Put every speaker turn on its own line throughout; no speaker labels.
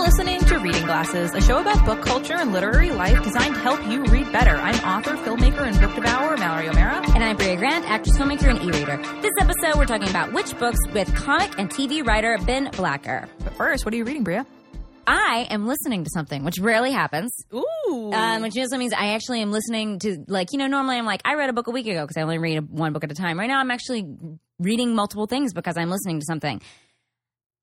listening to Reading Glasses, a show about book culture and literary life designed to help you read better. I'm author, filmmaker, and book devourer Mallory O'Mara.
And I'm Bria Grant, actress, filmmaker, and e-reader. This episode, we're talking about which books with comic and TV writer Ben Blacker.
But first, what are you reading, Bria?
I am listening to something, which rarely happens,
Ooh.
um, which also means I actually am listening to, like, you know, normally I'm like, I read a book a week ago because I only read one book at a time. Right now, I'm actually reading multiple things because I'm listening to something.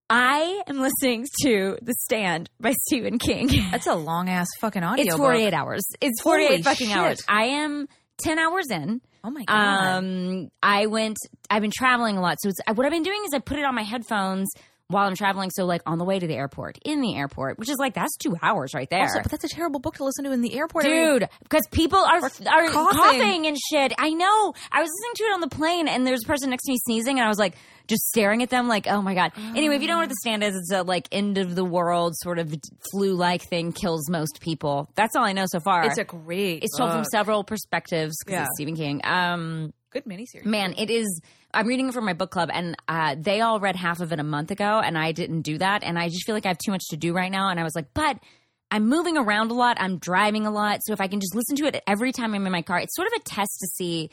I am listening to The Stand by Stephen King.
That's a long ass fucking audio.
It's 48 hours. It's 48
Holy
fucking
shit.
hours. I am 10 hours in.
Oh my god.
Um, I went, I've been traveling a lot. So it's, what I've been doing is I put it on my headphones while I'm traveling. So like on the way to the airport, in the airport, which is like, that's two hours right there.
also, but that's a terrible book to listen to in the airport. I mean,
Dude, because people are are coughing.
coughing.
and shit. I know. I was listening to it on the plane, and there's a person next to me sneezing, and I was like, just staring at them, like, oh my god. Anyway, if you don't know what the
Ah.
stand is, it's a like end of the world sort of flu like thing. Kills most people. That's all I know so far.
it's a great.
it's told from
book.
several perspectives because
Yeah.
it's Stephen King. Um,
good miniseries.
man, it is. I'm reading it for my book club, and uh, they all read half of it a month ago, and I didn't do that. And I just feel like I have too much to do right now. And I was like, but I'm moving around a lot, I'm driving a lot. So if I can just listen to it every time I'm in my car, it's sort of a test to see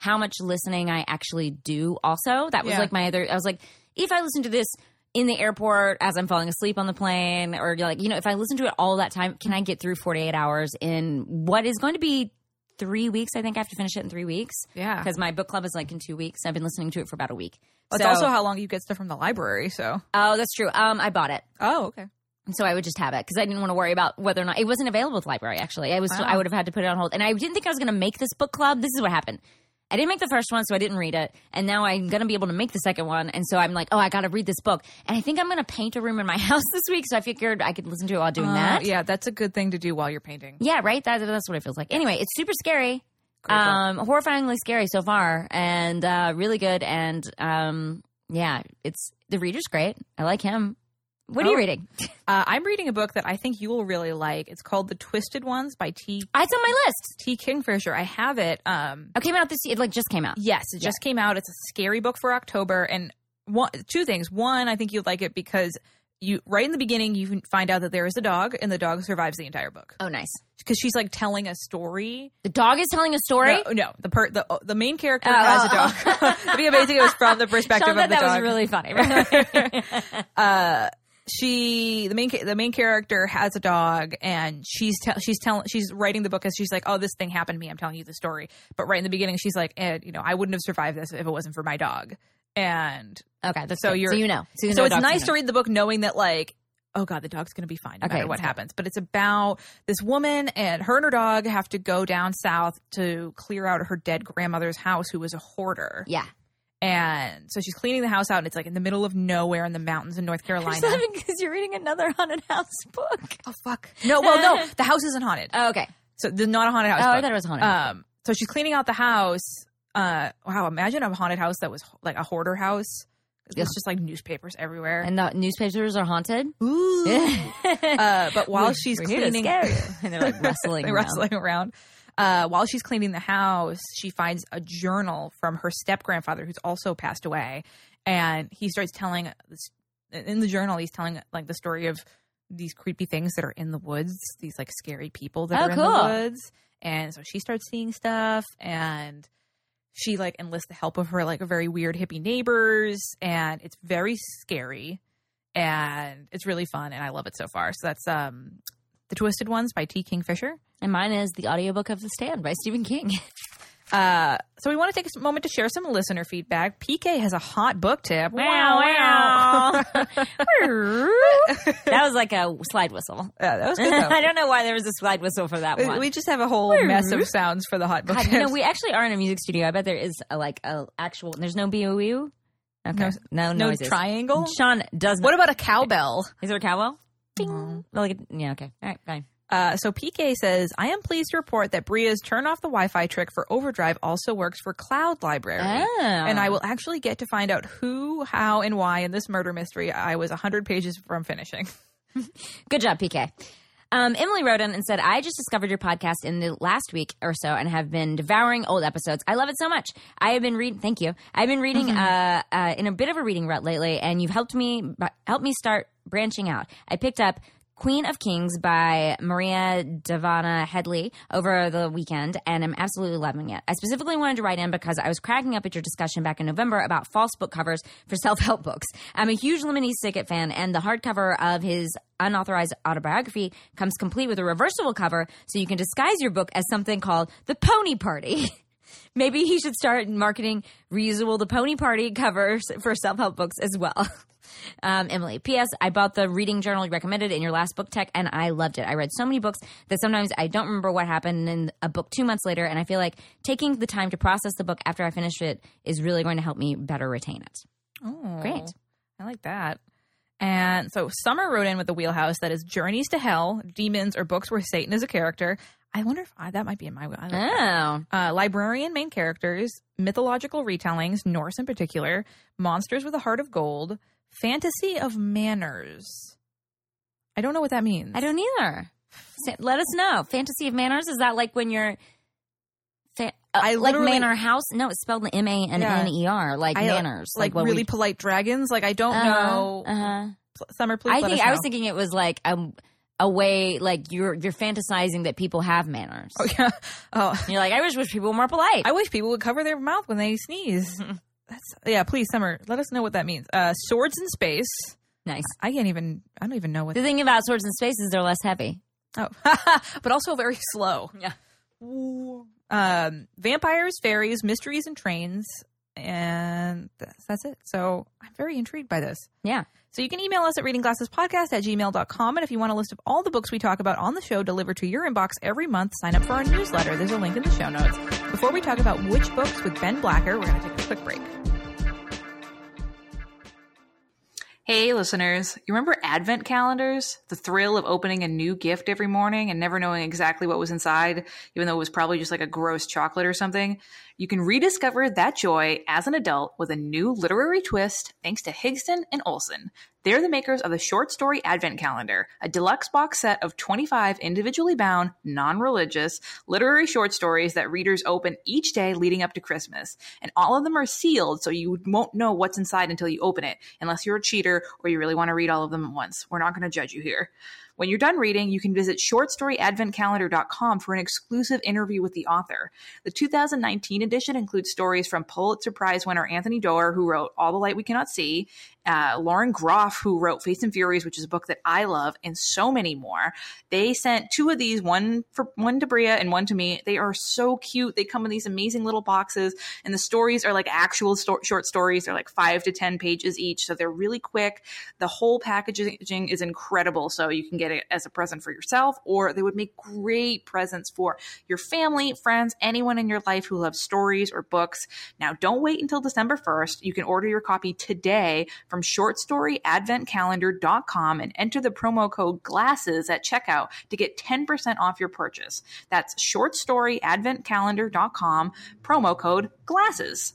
how much listening I actually do, also. That was
Yeah.
like my other, I was like, if I listen to this in the airport as I'm falling asleep on the plane, or like, you know, if I listen to it all that time, can I get through 48 hours in what is going to be three weeks? I think I have to finish it in three weeks
Yeah.
because my book club is like in two weeks. I've been listening to it for about a week.
That's
So-
Oh, also how long you get stuff from the library. So.
oh, that's true. Um, I bought it,
Oh, okay.
and so I would just have it because I didn't want to worry about whether or not it wasn't available at the library. Actually, I was
Wow.
I would have had to put it on hold, and I didn't think I was going to make this book club. This is what happened. I didn't make the first one, so I didn't read it, and now I'm going to be able to make the second one, and so I'm like, oh, I got to read this book, and I think I'm going to paint a room in my house this week, so I figured I could listen to it while doing
Uh,
that.
Yeah, that's a good thing to do while you're painting.
Yeah, right. That, that's what it feels like. Anyway, it's super scary.
Great book.
Um, horrifyingly scary so far, and uh, really good. And um, yeah, it's the reader's great. I like him. What are
Oh.
you reading?
Uh, I'm reading a book that I think you will really like. It's called The Twisted Ones by T.
It's on my list.
T. Kingfisher. I have it. Um,
It came out this. It like just came out.
yes, it just came out. It's a scary book for October, and one, two things. One, I think you'd like it because you right in the beginning you can find out that there is a dog, and the dog survives the entire book
Oh, nice.
because she's like telling a story.
The dog is telling a story.
No, no, the per, the the main character
Oh,
has a
oh,
dog. It'd be amazing. if It was from the
Sean
perspective
thought
of the
that
dog.
was really funny. Right?
uh she the main ca- the main character has a dog and she's tell she's telling she's writing the book as she's like oh this thing happened to me i'm telling you the story but right in the beginning she's like and you know i wouldn't have survived this if it wasn't for my dog and
okay, that's
So
good.
you're-
so you know. So, you
so
know
it's
dogs
nice to
know.
read the book knowing that like oh god the dog's gonna be fine no
Okay,
matter what
that's good.
happens but it's about this woman and her and her dog have to go down south to clear out her dead grandmother's house who was a hoarder
Yeah,
and so she's cleaning the house out and it's like in the middle of nowhere in the mountains in north carolina
because you're reading another haunted house book.
Oh fuck. No, well, no, the house isn't haunted.
Oh, okay.
So there's not a haunted house.
oh, I
book.
thought it was haunted.
um, so she's cleaning out the house. Uh, wow, imagine a haunted house that was like a hoarder house.
Yeah.
There's just like newspapers everywhere.
and the newspapers are haunted.
Ooh. uh, but while she's
here to
cleaning,
scare you. and they're like wrestling,
They're
around.
wrestling around. Uh, while she's cleaning the house, she finds a journal from her step grandfather, who's also passed away, and he starts telling this. In the journal, he's telling like the story of these creepy things that are in the woods, these like scary people that
Oh,
are in
cool.
the woods, and so she starts seeing stuff, and she like enlists the help of her like very weird hippie neighbors, and it's very scary, and it's really fun, and I love it so far. So that's um, the Twisted Ones by T. Kingfisher.
And mine is the audiobook of The Stand by Stephen King.
Uh, so we want to take a moment to share some listener feedback. PK has a hot book tip.
that was like a slide whistle.
Yeah, that was good
I
though.
don't know why there was a slide whistle for that
We-
one.
We just have a whole mess of sounds for the hot book.
God, you know,
tips.
we actually are in a music studio. I bet there is a, like a actual. There's no boo. Okay,
no
no, noises.
triangle.
Sean does.
What about a cowbell?
Is there a cowbell? Ding. Like, yeah. Okay. All right. Fine.
Uh, so PK says, I am pleased to report that Bria's turn off the Wi-Fi trick for OverDrive also works for Cloud Library.
Oh.
And I will actually get to find out who, how, and why in this murder mystery I was 100 pages from finishing.
Good job, PK. Um, Emily wrote in and said, I just discovered your podcast in the last week or so and have been devouring old episodes. I love it so much. I have been reading, thank you. I've been reading uh, uh, in a bit of a reading rut lately, and you've helped me helped me start branching out. I picked up Queen of Kings by Maria Devana Headley over the weekend, and I'm absolutely loving it. I specifically wanted to write in because I was cracking up at your discussion back in November about false book covers for self help books. I'm a huge Lemony Snicket fan, and the hardcover of his unauthorized autobiography comes complete with a reversible cover so you can disguise your book as something called the Pony Party. Maybe he should start marketing reusable the Pony Party covers for self help books as well. Um, Emily, P.S. I bought the reading journal you recommended in your last book tech, and I loved it. I read so many books that sometimes I don't remember what happened in a book two months later, and I feel like taking the time to process the book after I finish it is really going to help me better retain it.
Oh,
Great.
I like that. And so Summer wrote in with the wheelhouse that is Journeys to Hell, Demons, or Books Where Satan is a Character. I wonder if I, that might be in my wheel. I like that.
Oh,
Uh, librarian main characters, mythological retellings, Norse in particular, monsters with a heart of gold, fantasy of manners. I don't know what that means.
I don't either. Sa- Let us know. Fantasy of Manners is that like when you're. Fa- uh,
I
like
literally-
manor house. No, it's spelled M A N N E R, like
I, uh,
manners,
like,
what we-
really polite dragons. Like I don't
Uh-huh,
know.
uh-huh.
Summer, Oh, please.
I
let
think
us
I was
know.
thinking it was like um, a way like you're you're fantasizing that people have manners.
Oh, yeah. Oh,
And You're like, I just wish people were more polite.
I wish people would cover their mouth when they sneeze. That's yeah. Please, Summer, let us know what that means. Uh, swords in space.
nice.
I can't even. I don't even know what.
The thing about swords and space is they're less heavy.
Oh, but also very slow.
Yeah.
Um, vampires, fairies, mysteries, and trains, and that's, that's it. So I'm very intrigued by this.
Yeah.
So you can email us at readingglassespodcast at gmail.com. And if you want a list of all the books we talk about on the show delivered to your inbox every month, sign up for our newsletter. There's a link in the show notes. Before we talk about which books with Ben Blacker, we're going to take a quick break.
Hey, listeners, you remember advent calendars? The thrill of opening a new gift every morning and never knowing exactly what was inside, even though it was probably just like a gross chocolate or something? You can rediscover that joy as an adult with a new literary twist thanks to Higston and Olson. They're the makers of the Short Story Advent Calendar, a deluxe box set of 25 individually bound, non religious, literary short stories that readers open each day leading up to Christmas. And all of them are sealed, so you won't know what's inside until you open it, unless you're a cheater or you really want to read all of them at once. We're not going to judge you here. When you're done reading, you can visit shortstoryadventcalendar.com for an exclusive interview with the author. The 2019 edition includes stories from Pulitzer Prize winner Anthony Doerr, who wrote All the Light We Cannot See, uh, Lauren Groff, who wrote Faith and Furies, which is a book that I love, and so many more. They sent two of these, one for one to Bria and one to me. They are so cute. They come in these amazing little boxes, and the stories are like actual sto- short stories. They're like five to ten pages each, so they're really quick. The whole packaging is incredible, so you can get it as a present for yourself, or they would make great presents for your family, friends, anyone in your life who loves stories or books. Now, don't wait until December 1st. You can order your copy today from shortstoryadventcalendar.com and enter the promo code GLASSES at checkout to get 10% off your purchase. That's shortstoryadventcalendar.com, promo code GLASSES.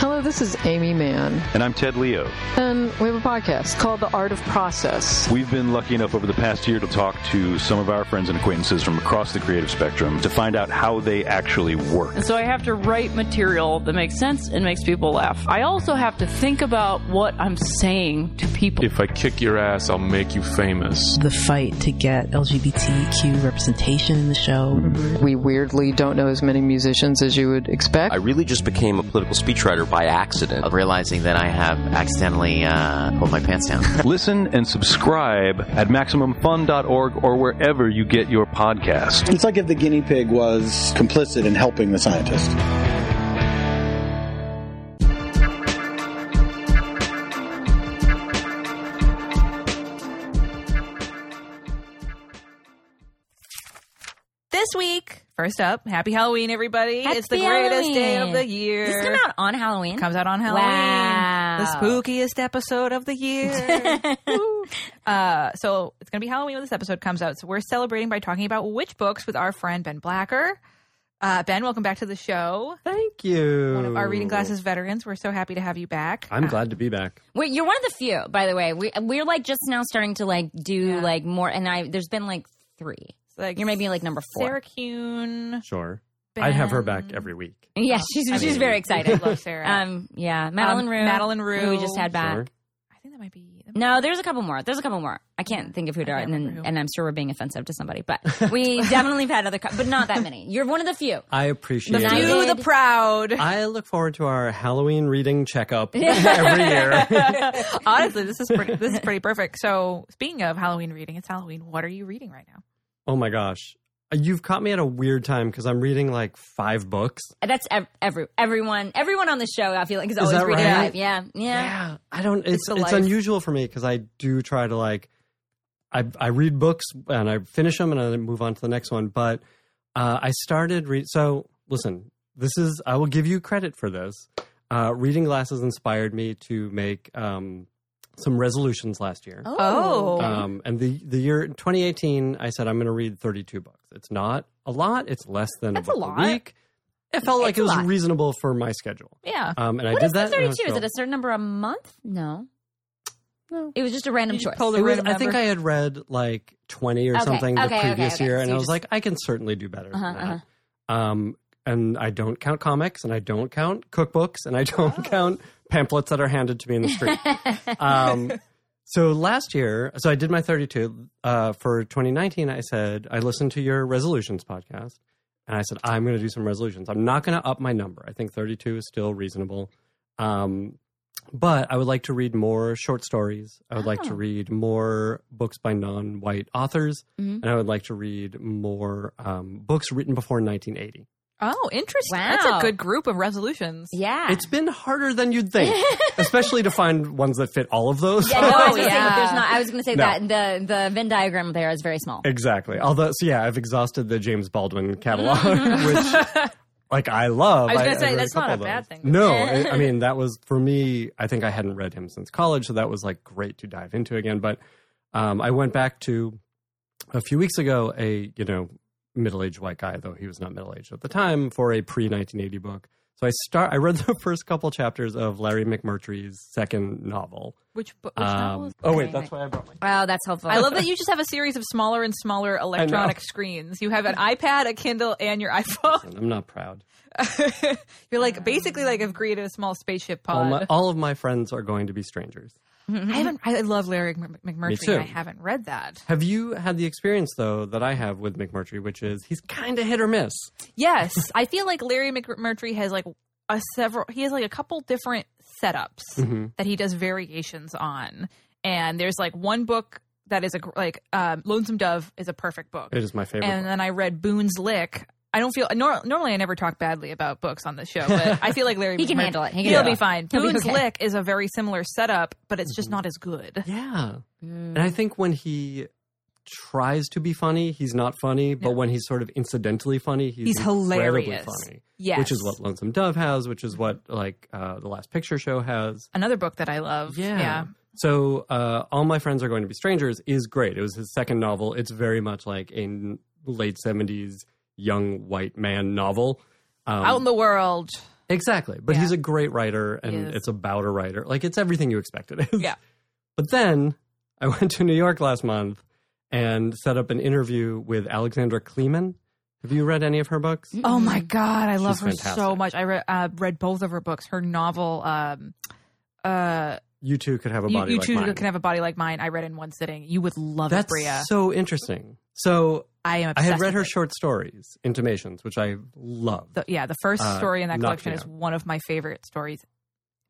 Hello, this is Amy Mann,
And I'm Ted Leo.
and we have a podcast called The Art of Process.
We've been lucky enough over the past year to talk to some of our friends and acquaintances from across the creative spectrum to find out how they actually work.
And so I have to write material that makes sense and makes people laugh. I also have to think about what I'm saying to people.
If I kick your ass, I'll make you famous.
the fight to get LGBTQ representation in the show.
We weirdly don't know as many musicians as you would expect.
I really just became a political speechwriter by accident.
of realizing that I have accidentally uh, pulled my pants down.
Listen and subscribe at MaximumFun.org or wherever you get your podcast.
It's like if the guinea pig was complicit in helping the scientist.
This week, first up, happy Halloween, everybody.
Happy
it's the greatest day of
Halloween.
the year.
Does this come out on Halloween?
comes out on Halloween.
Wow.
The spookiest episode of the year. Woo. uh, so it's going to be Halloween when this episode comes out. So we're celebrating by talking about witch books with our friend Ben Blacker. Uh, ben, welcome back to the show.
Thank you.
One of our reading glasses veterans. We're so happy to have you back.
I'm
Uh,
glad to be back.
Wait, you're one of the few, by the way. We we're like just now starting to like do
Yeah.
like more, and I there's been like three.
like
You're maybe like number four.
Sarah Kuhn.
Sure.
Ben.
I'd have her back every week.
yeah, she's
I mean,
she's very
I
excited.
love Sarah.
Um, yeah, Madeline
Um,
Rue,
Madeline Rue.
who we just had back.
Sure.
I think that might be. that might
No, there's a couple more. There's a couple more. I can't think of who they are, and, then- and I'm sure we're being offensive to somebody, but we definitely have had other, co- but not that many. You're one of the few.
I appreciate
The
it.
few,
the proud.
I look forward to our Halloween reading checkup every year.
Honestly, this is pretty, this is pretty perfect. So, speaking of Halloween reading, it's Halloween. What are you reading right now?
oh my gosh. You've caught me at a weird time because I'm reading like five books.
That's ev- every everyone. Everyone on the show, I feel like, is always
that
reading
right?
live. Yeah, yeah.
I don't. It's
It's the
it's,
life.
unusual for me because I do try to like, I I read books and I finish them and I move on to the next one. But uh, I started read. So listen, this is I will give you credit for this. Uh, reading glasses inspired me to make um, some resolutions last year.
Oh.
Um, and the the year 2018, I said I'm going to read 32 books. It's not a lot. It's less than
That's
a
a
book
lot.
a week. It felt
It's
like it
a
was
lot.
reasonable for my schedule.
Yeah.
Um, and I
What
did
is
that.
the
and
32?
I was
Is it
thrilled.
a certain number a month? No.
No.
It was just a random choice.
It was- I think I had read like 20 or
Okay,
something the
okay, okay,
previous
okay.
year,
So
and
you
I was
just-
like, I can certainly do better
Uh-huh,
than that. Um, and I don't count comics, and I don't count cookbooks, and I don't count pamphlets that are handed to me in the street. um, so last year, so I did my 32 uh, for 2019. I said I listened to your resolutions podcast, and I said I'm going to do some resolutions. I'm not going to up my number. I think 32 is still reasonable, um, but I would like to read more short stories. I would like to
Oh.
read more books by non-white authors, and I would like to read more um, books written before 1980.
Oh, interesting. That's a
Wow.
good group of resolutions.
Yeah.
It's been harder than you'd think, especially to find ones that fit all of those.
yeah, no, I was
Oh,
gonna say
yeah.
there's not. I was going to say
No.
that the the Venn diagram there is very small.
Exactly. Although, so yeah, I've exhausted the James Baldwin catalog, which like I love.
I was gonna
I've
say,
read
that's
couple
not a
of
bad
those.
thing.
No, I, I mean that was for me. I think I hadn't read him since college, so that was like great to dive into again. But um, I went back to a few weeks ago a you know middle-aged white guy, though he was not middle-aged at the time, for a pre-1980 book. So I start. I read the first couple chapters of Larry McMurtry's second novel.
Which, bo- which novel
Um,
is
oh wait, that's why I brought my.
Wow, that's helpful.
I love that you just have a series of smaller and smaller electronic screens. You have an iPad, a Kindle, and your iPhone.
I'm not proud.
You're like basically like have created a small spaceship
All,
pod.
my, all of my friends are going to be strangers.
I haven't. I love Larry Mc- McMurtry.
too.
And I haven't read that.
Have you had the experience though that I have with McMurtry, which is he's kind of hit or miss?
Yes, I feel like Larry McMurtry has like a several. He has like a couple different setups
Mm-hmm.
that he does variations on, and there's like one book that is a gr- like um, Lonesome Dove is a perfect book,
It is my favorite.
and then I read Boone's Lick. I don't feel nor, normally I never talk badly about books on the show, but I feel like Larry
He can
McMurtry-
handle it. He can
He'll
handle
be
it.
fine.
He'll be
Boone's
okay.
Lick is a very similar setup, but it's
Mm-hmm.
just not as good.
yeah, and I think when he tries to be funny, he's not funny. But when he's sort of incidentally funny, he's,
He's
incredibly
hilarious.
Funny,
Yes.
which is what Lonesome Dove has, which is what like uh, the Last Picture Show has.
Another book that I love. yeah.
So, uh, All My Friends Are Going to Be Strangers is great. It was his second novel. It's very much like a n- late 70s young white man novel. Um,
Out in the world.
exactly. But
Yeah.
he's a great writer
He
and
is.
it's about a writer. Like, it's everything you expected. it is.
Yeah.
But then I went to New York last month and set up an interview with Alexandra Kleeman. Have you read any of her books?
Oh my god, I love
Mm-hmm. She's
her so
fantastic.
much. I re- uh, read both of her books. Her novel, um, uh,
You too could have a
you,
body
you
like
two
mine.
can have a body like mine. I read in one sitting. You would love
That's
it, Bria.
so interesting. So
I am.
I
Obsessed
had read
with
her
it.
short stories, Intimations, which I love.
The- yeah, the first
uh,
story in that
knocked
collection
me
is
out.
one of my favorite stories,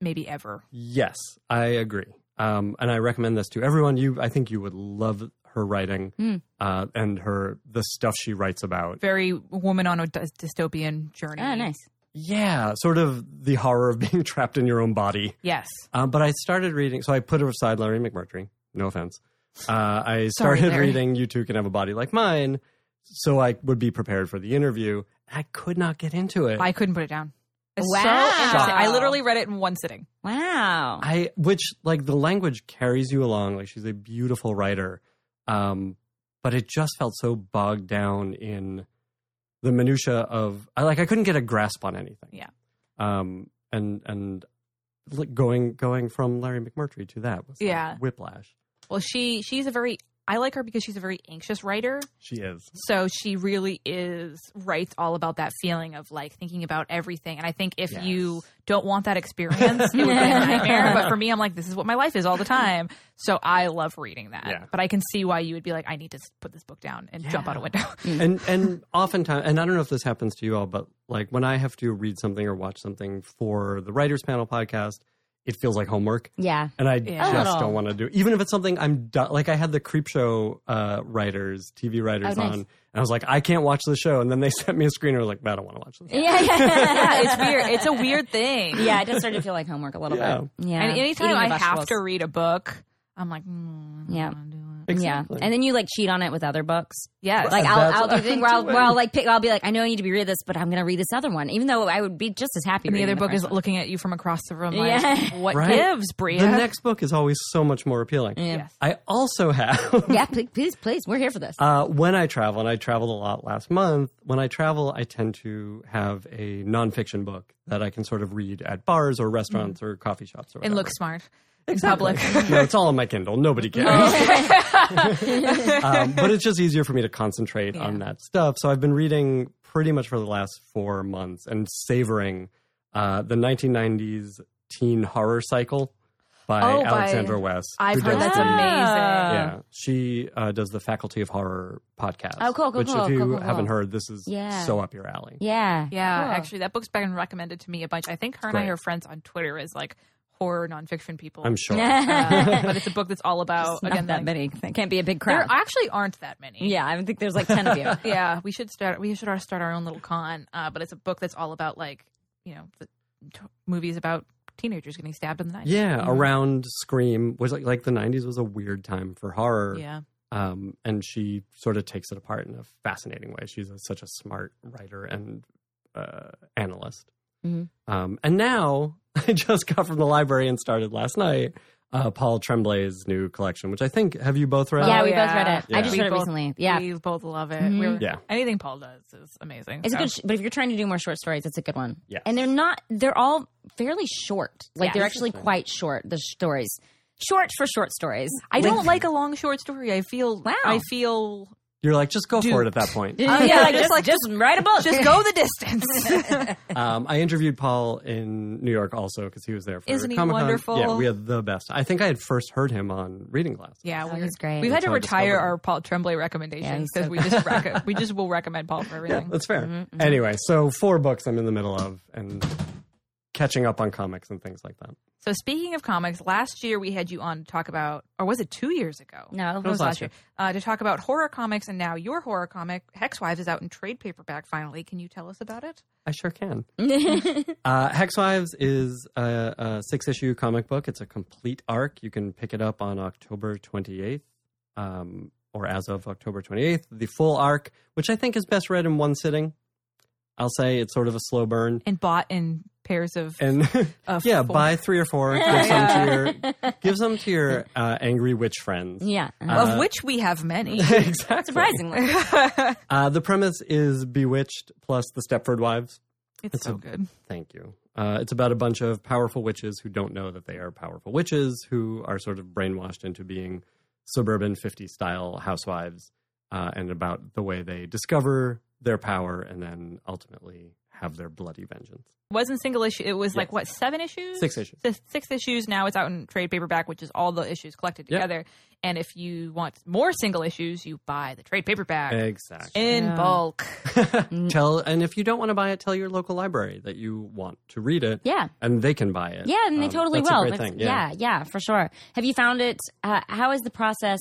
maybe ever.
Yes, I agree. Um, and I recommend this to everyone. You, I think you would love her writing
Hmm.
uh, and her the stuff she writes about.
Very woman on a dy- dystopian journey.
Ah,
Oh, nice.
Yeah, sort of the horror of being trapped in your own body.
Yes.
Um, but I started reading, so I put aside Larry McMurtry. No offense. Uh, I
Sorry,
started
Larry.
reading "You Two Can Have a Body Like Mine," so I would be prepared for the interview. I could not get into it.
I couldn't put it down. It's so
Wow.
interesting. I literally read it in one sitting.
Wow.
I which like the language carries you along. Like she's a beautiful writer, um, but it just felt so bogged down in the minutia of I like I couldn't get a grasp on anything.
Yeah.
Um. And and like, going going from Larry McMurtry to that was like
Yeah.
whiplash.
Well, she she's a very I like her because she's a very anxious writer.
She is.
So she really is writes all about that feeling of like thinking about everything. And I think if you don't want that experience, it would be a nightmare. But for me, I'm like, this is what my life is all the time. So I love reading that.
Yeah.
But I can see why you would be like, I need to s- put this book down and jump out a window.
and and oftentimes, and I don't know if this happens to you all, but like when I have to read something or watch something for the writers panel podcast, it feels like homework,
Yeah. Oh.
and I
Yeah. A
just
little.
don't want to do. it. Even if it's something I'm do- like, I had the creep show uh, writers, TV writers
Oh, nice.
on, and I was like, I can't watch the show, and then they sent me a screener like, I don't want to watch this.
Yeah, yeah.
it's weird. It's a weird thing.
Yeah, it does start to feel like homework a little
Yeah.
bit. Yeah.
And anytime
Eating
I
the
have
vegetables.
to read a book, I'm like, mm,
Yeah.
I'm doing it.
Exactly.
Yeah, and then you like cheat on it with other books.
Yes.
Like
And that's
I'll, I'll
what
do thing
I'm
where I'll,
doing.
where I'll like pick. I'll be like, I know I need to be read this, but I'm gonna read this other one, even though I would be just as happy.
and the
reading
other book is
first one.
looking at you from across the room like,
Yeah.
what
Right.
gives, Bria?
The next book is always so much more appealing.
Yeah.
I also have
yeah, please, please, please, we're here for this.
Uh, when I travel, and I traveled a lot last month, when I travel, I tend to have a nonfiction book that I can sort of read at bars or restaurants or coffee shops or
and
whatever.
look smart in public.
no, it's all on my Kindle. Nobody cares.
Oh.
um, but it's just easier for me to concentrate on that stuff. So I've been reading pretty much for the last four months and savoring uh, the 1990s teen horror cycle by
Oh, by-
Alexandra West. who
I've heard
does
that's
the-
amazing.
yeah, she uh, does the Faculty of Horror podcast.
Oh, cool, cool,
Which,
cool,
if you
cool, cool, cool.
haven't heard, this is
Yeah.
so up your alley.
yeah,
Yeah,
Cool.
actually, that book's been recommended to me a bunch. I think her and I
Great.
are friends on Twitter as like horror nonfiction people.
I'm sure.
Uh, but it's a book that's all about
Not
again
Oh, that
like-
many. That can't be a big
There
crowd.
actually aren't that many.
yeah, I think there's like ten of you.
yeah. We should start. We should start our own little con. Uh, but it's a book that's all about like you know the t- movies about teenagers getting stabbed in the night.
Yeah, around Scream was like, like the 90s was a weird time for horror.
Yeah.
Um, and she sort of takes it apart in a fascinating way. She's a, such a smart writer and uh, analyst.
Mhm.
Mm-hmm.
Um, and now I just got from the library and started last night uh, Paul Tremblay's new collection, which I think have you both read?
Yeah,
Oh,
we both
yeah.
read it.
Yeah.
I just
We
read it
both-
recently. Yeah,
We both love it.
Mhm.
We're,
Yeah.
Anything Paul does is amazing.
It's
so.
a good, sh- but if you're trying to do more short stories, it's a good one.
Yes.
and they're not. They're all fairly short. Like
Yeah.
they're actually quite short. The stories, short for short stories.
I don't like a long short story. I feel.
Wow.
I feel.
You're like, just go for it at that point.
Oh, yeah, just like-
just write a book.
Just go the distance.
Um, I interviewed Paul in New York also because he was there for
Isn't he
Comic-Con.
wonderful?
Yeah, we had the best. I think I had first heard him on Reading Class.
yeah,
Oh,
we're-
he's great.
We've had to
Until I
retire
discovered
our
him.
Paul Tremblay recommendations
he's
because
so
we just rec- we just will recommend Paul for
Yeah,
everything.
that's fair.
mm-hmm.
Anyway, so four books I'm in the middle of and catching up on comics and things like that.
So speaking of comics, last year we had you on to talk about, or was it two years ago?
No,
it was last year. Uh, to talk about horror comics, and now your horror comic, Hexwives, is out in trade paperback finally. Can you tell us about it?
I sure can. uh, Hexwives is a, a six issue comic book. It's a complete arc. You can pick it up on October 28th, um, or as of October 28th. The full arc, which I think is best read in one sitting. I'll say it's sort of a slow burn.
And bought in pairs of.
and
Uh,
yeah,
full-
buy three or four. Give some to your, give some to your uh, angry witch friends.
Yeah,
Uh,
of which we have many.
exactly.
surprisingly,
Uh, the premise is Bewitched plus the Stepford Wives.
it's so good.
Thank you. Uh, it's about a bunch of powerful witches who don't know that they are powerful witches, who are sort of brainwashed into being suburban 50 style housewives, uh, and about the way they discover their power and then ultimately have their bloody vengeance.
wasn't single issue. It was like
Yes.
what seven issues,
Six issues.
Six, six issues. Now it's out in trade paperback, which is all the issues collected
Yep.
together. And if you want more single issues, you buy the trade paperback
Exactly.
in
Yeah.
bulk.
Mm.
tell and if you don't want to buy it, tell your local library that you want to read it,
yeah,
and they can buy it.
yeah, and they
Um,
totally
that's a
will.
great
That's-
thing,
yeah. yeah, for sure. Have you found it? Uh, how has the process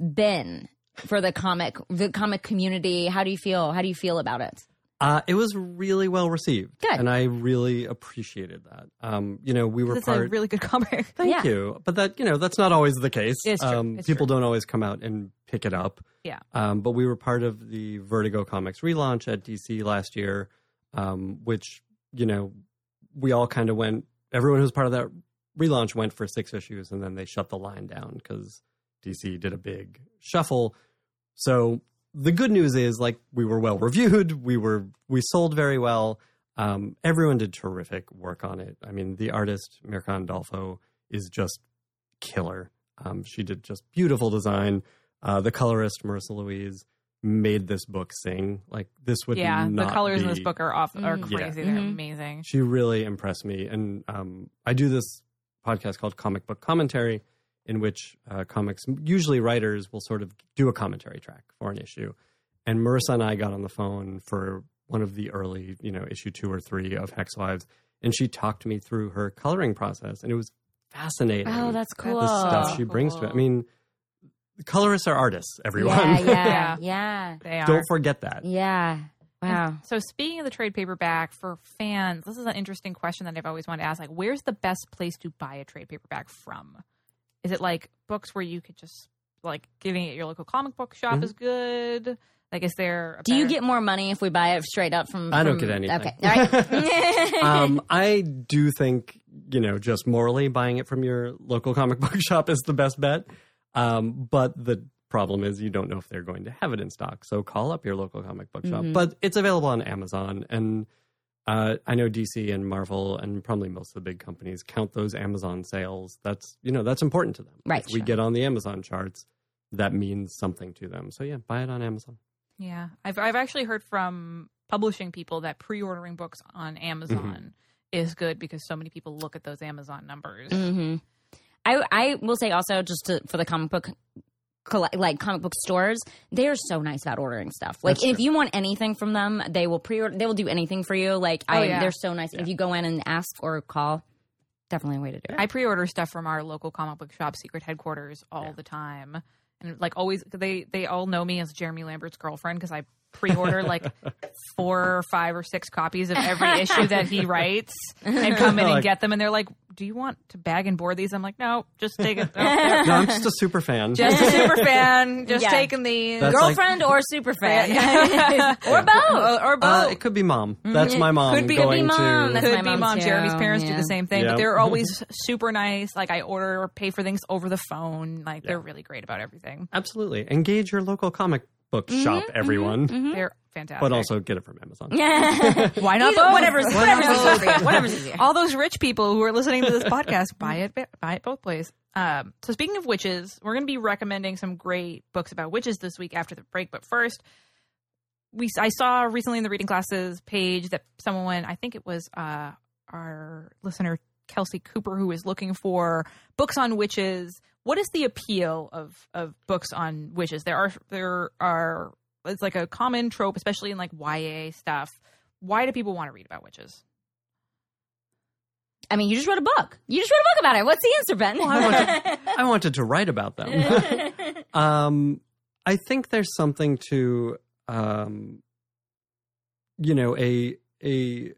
been for the comic, the comic community? How do you feel? How do you feel about it?
Uh, it was really well received.
Good.
And I really appreciated that. Um, you know, we were
It's
part.
a really good comic.
Thank
Yeah.
you. But that, you know, that's not always the case.
It's true.
Um,
It's
people
true.
don't always come out and pick it up.
Yeah.
Um, but we were part of the Vertigo Comics relaunch at DC last year, um, which, you know, we all kind of went, everyone who was part of that relaunch went for six issues and then they shut the line down because DC did a big shuffle. So the good news is like we were well reviewed, we were we sold very well. Um, everyone did terrific work on it. I mean, the artist Mirkan Dolfo is just killer. Um, she did just beautiful design. uh, the colorist Marissa Louise made this book sing. Like this would
yeah, the
not
colors in this
be-
book are off are
Mm. Yeah.
crazy. They're
Mhm.
amazing.
She really impressed me, and um, I do this podcast called Comic Book Commentary, in which uh, comics usually writers will sort of do a commentary track for an issue, and Marissa and I got on the phone for one of the early, you know, issue two or three of Hex Lives, and she talked me through her coloring process, and it was fascinating.
Oh, that's cool.
The stuff she brings to it. I mean, colorists are artists. Everyone,
Yeah, yeah, yeah.
They are.
don't forget that.
Yeah. Wow.
So speaking of the trade paperback for fans, this is an interesting question that I've always wanted to ask. Like, where's the best place to buy a trade paperback from? Is it like books where you could just like getting it at your local comic book shop
Mm-hmm.
Mhm.
is good? Like, is there? A
Do you
better-
get more money if we buy it straight up from?
I don't
from-
get anything.
Okay. All right.
um, I do think you know just morally buying it from your local comic book shop is the best bet. Um, but the problem is you don't know if they're going to have it in stock, so call up your local comic book shop.
Mm-hmm.
Mhm.
But it's available on Amazon, and uh, I know DC and Marvel and probably most of the big companies count those Amazon sales. That's you know that's important to them.
Right,
If we
sure.
get on the Amazon charts. That means something to them. So yeah, buy it on Amazon.
Yeah, I've I've actually heard from publishing people that pre-ordering books on
Mm-hmm.
Amazon is good because so many people look at those Amazon numbers.
hmm I I will say also just to, for the comic book colle- like comic book stores, they are so nice about ordering stuff. Like
That's
if you want anything from them, they will pre-order. They will do anything for you. Like
Oh,
I,
yeah.
they're so nice. If you go in and ask or call, definitely a way to do it.
I pre-order stuff from our local comic book shop, Secret Headquarters, all the time, and like always, they they all know me as Jeremy Lambert's girlfriend because I pre-order like four or five or six copies of every issue that he writes and come in and
Like-
get them, and they're like, "Do you want to bag and board these?" I'm like, "No, just take it." Oh,
No, I'm just a super fan.
Just a super fan, just
Yeah.
taking these.
That's like-
Girlfriend or super fan,
Yeah, yeah.
or both,
or
Uh, it could be mom. That's my mom.
Could be, could
going
be mom.
To,
That's could be mom.
too.
Jeremy's parents do
Yeah.
the same thing,
Yep.
but they're always super nice. Like I order or pay for things over the phone. Like they're really great about everything.
Absolutely. Engage your local comic book shop, everyone.
They're fantastic.
But also get it from Amazon.
why not?
Either-
both?
whatever's-
Why
whatever's
not
easier for you.
both?
Whatever's easier.
All those rich people who are listening to this podcast, buy it. Buy it both ways. Um, so speaking of witches, we're going to be recommending some great books about witches this week after the break. But first, we I saw recently in the reading classes page that someone I think it was uh, our listener Kelsey Cooper who is looking for books on witches. What is the appeal of of books on witches? There are there are it's like a common trope, especially in like YA stuff. Why do people want to read about witches?
I mean, you just wrote a book. You just wrote a book about it. What's the answer, Ben?
I wanted, I wanted to write about them. um, I think there's something to, um, you know, a a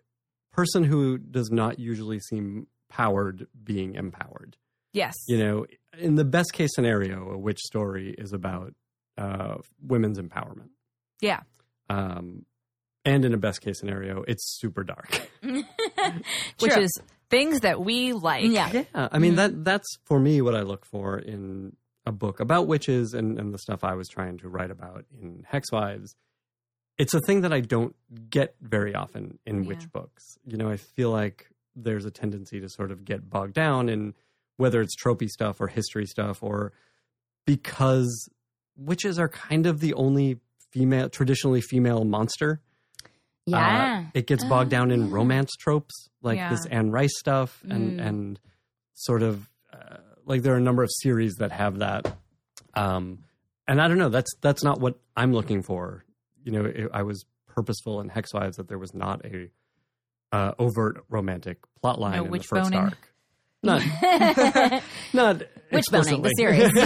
person who does not usually seem powered being empowered.
Yes.
You know, in the best case scenario, a witch story is about uh, women's empowerment.
Yeah.
Um, and in a best case scenario, it's super dark.
Which
True.
is things that we like.
Yeah.
Yeah, I mean that that's for me what I look for in a book about witches and, and the stuff I was trying to write about in Hexwives. It's a thing that I don't get very often in witch books. You know, I feel like there's a tendency to sort of get bogged down in whether it's tropey stuff or history stuff or because witches are kind of the only female traditionally female monster. Uh,
Yeah.
it gets bogged down in romance tropes like
Yeah.
this Anne Rice stuff and
Mm.
and sort of uh, like there are a number of series that have that. Um, and I don't know. That's that's not what I'm looking for. You know, it, I was purposeful in Hexwives that there was not a uh, overt romantic plot line
No
in
witch
the first
boning.
arc. Not, not
Witch boning, the
explicitly.
series.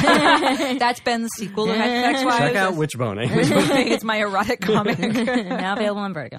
That's Ben's sequel to Hex Wives.
Check out witch boning.
it's my erotic comic.
now available on Vertigo.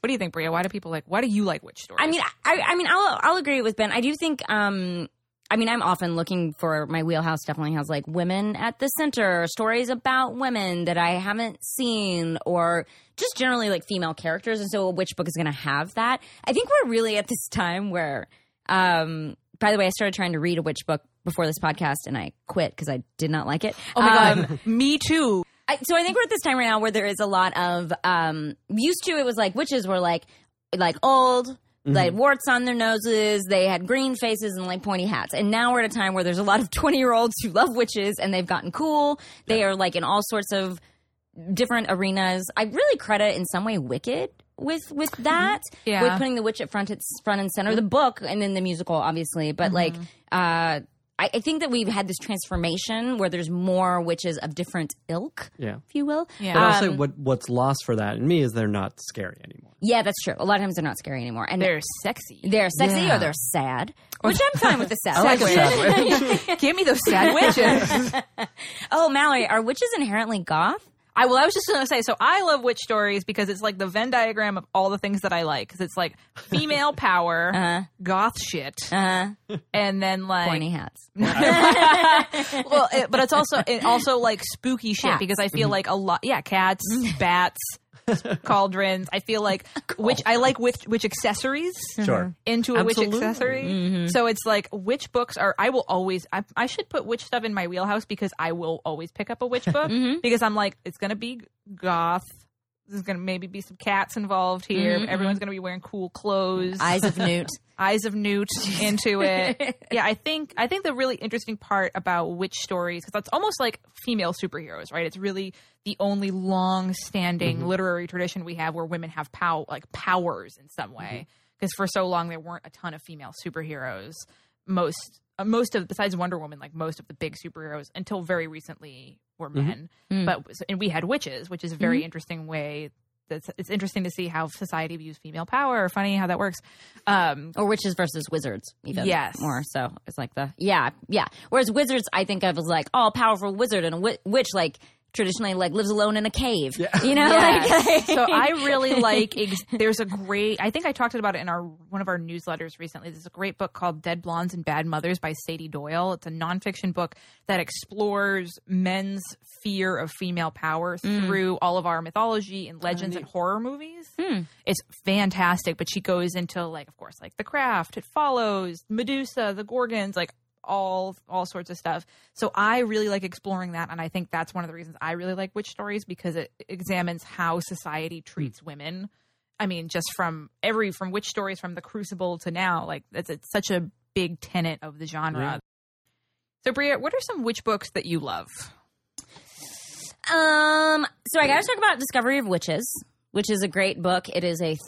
What do you think, Bria? Why do people like? Why do you like witch stories?
I mean, I, I mean, I'll, I'll agree with Ben. I do think, um, I mean, I'm often looking for my wheelhouse. Definitely has like women at the center, stories about women that I haven't seen, or just generally like female characters. And so, a witch book is going to have that. I think we're really at this time where, um, by the way, I started trying to read a witch book before this podcast, and I quit because I did not like it.
oh my
Um,
god, me too.
I, so I think we're at this time right now where there is a lot of um used to it was like witches were like like old They had warts on their noses. They had green faces and like pointy hats. And now we're at a time where there's a lot of 20 year olds who love witches and they've gotten cool. They are like in all sorts of different arenas. I really credit in some way Wicked with with that
Yeah.
with putting the witch at front it's front and center the book and then the musical obviously but like uh I, I think that we've had this transformation where there's more witches of different ilk
Yeah.
if you will
But also,
Um,
what what's lost for that in me is they're not scary anymore.
yeah that's true a lot of times they're not scary anymore and
They're sexy.
they're sexy
Yeah.
or they're sad which i'm fine with the sad,
like a
witch.
Give me those sad witches.
oh mallory are witches inherently goth
I well, I was just gonna say. So I love witch stories because it's like the Venn diagram of all the things that I like. Because it's like female power, goth shit,
uh
and then like
pointy hats
well, it, but it's also it also like spooky shit
Cats.
because I feel like a lot. Yeah, cats,
Mm-hmm.
bats, cauldrons. I feel like which I like which which accessories
Sure.
into a
Absolutely. Mm-hmm.
witch accessory. So it's like which books are I will always I, I should put witch stuff in my wheelhouse because I will always pick up a witch book
Mm-hmm.
because I'm like it's gonna be goth. There's gonna maybe be some cats involved here.
Mm-hmm,
Everyone's gonna be wearing cool clothes.
eyes of newt
Eyes of Newt into it. yeah, I think I think the really interesting part about witch stories because that's almost like female superheroes, right? It's really the only long-standing literary tradition we have where women have pow- like powers in some way. Because for so long there weren't a ton of female superheroes. Most uh, most of besides Wonder Woman, like most of the big superheroes until very recently were men.
Mm.
But and we had witches, which is a very interesting way. That's, it's interesting to see how society views female power. Funny how that works. Um,
or witches versus wizards even
Yes.
more so it's like the yeah yeah whereas wizards i think of as like all powerful wizard and a wi- witch like traditionally like lives alone in a cave you know like,
so I really like. Ex- there's a great. I think I talked about it in our one of our newsletters recently. There's a great book called "Dead Blondes and Bad Mothers" by Sadie Doyle. It's a nonfiction book that explores men's fear of female power
Mm.
through all of our mythology and legends and horror movies. It's fantastic. But she goes into like, of course, like The Craft. It follows Medusa, the Gorgons, like all all sorts of stuff. So I really like exploring that, and I think that's one of the reasons I really like witch stories because it examines how society treats women. I mean, just from every from witch stories from the Crucible to now, like it's, it's such a big tenet of the genre.
Yeah.
So, Bria, what are some witch books that you love?
um so i gotta talk about discovery of witches which is a great book it is a th-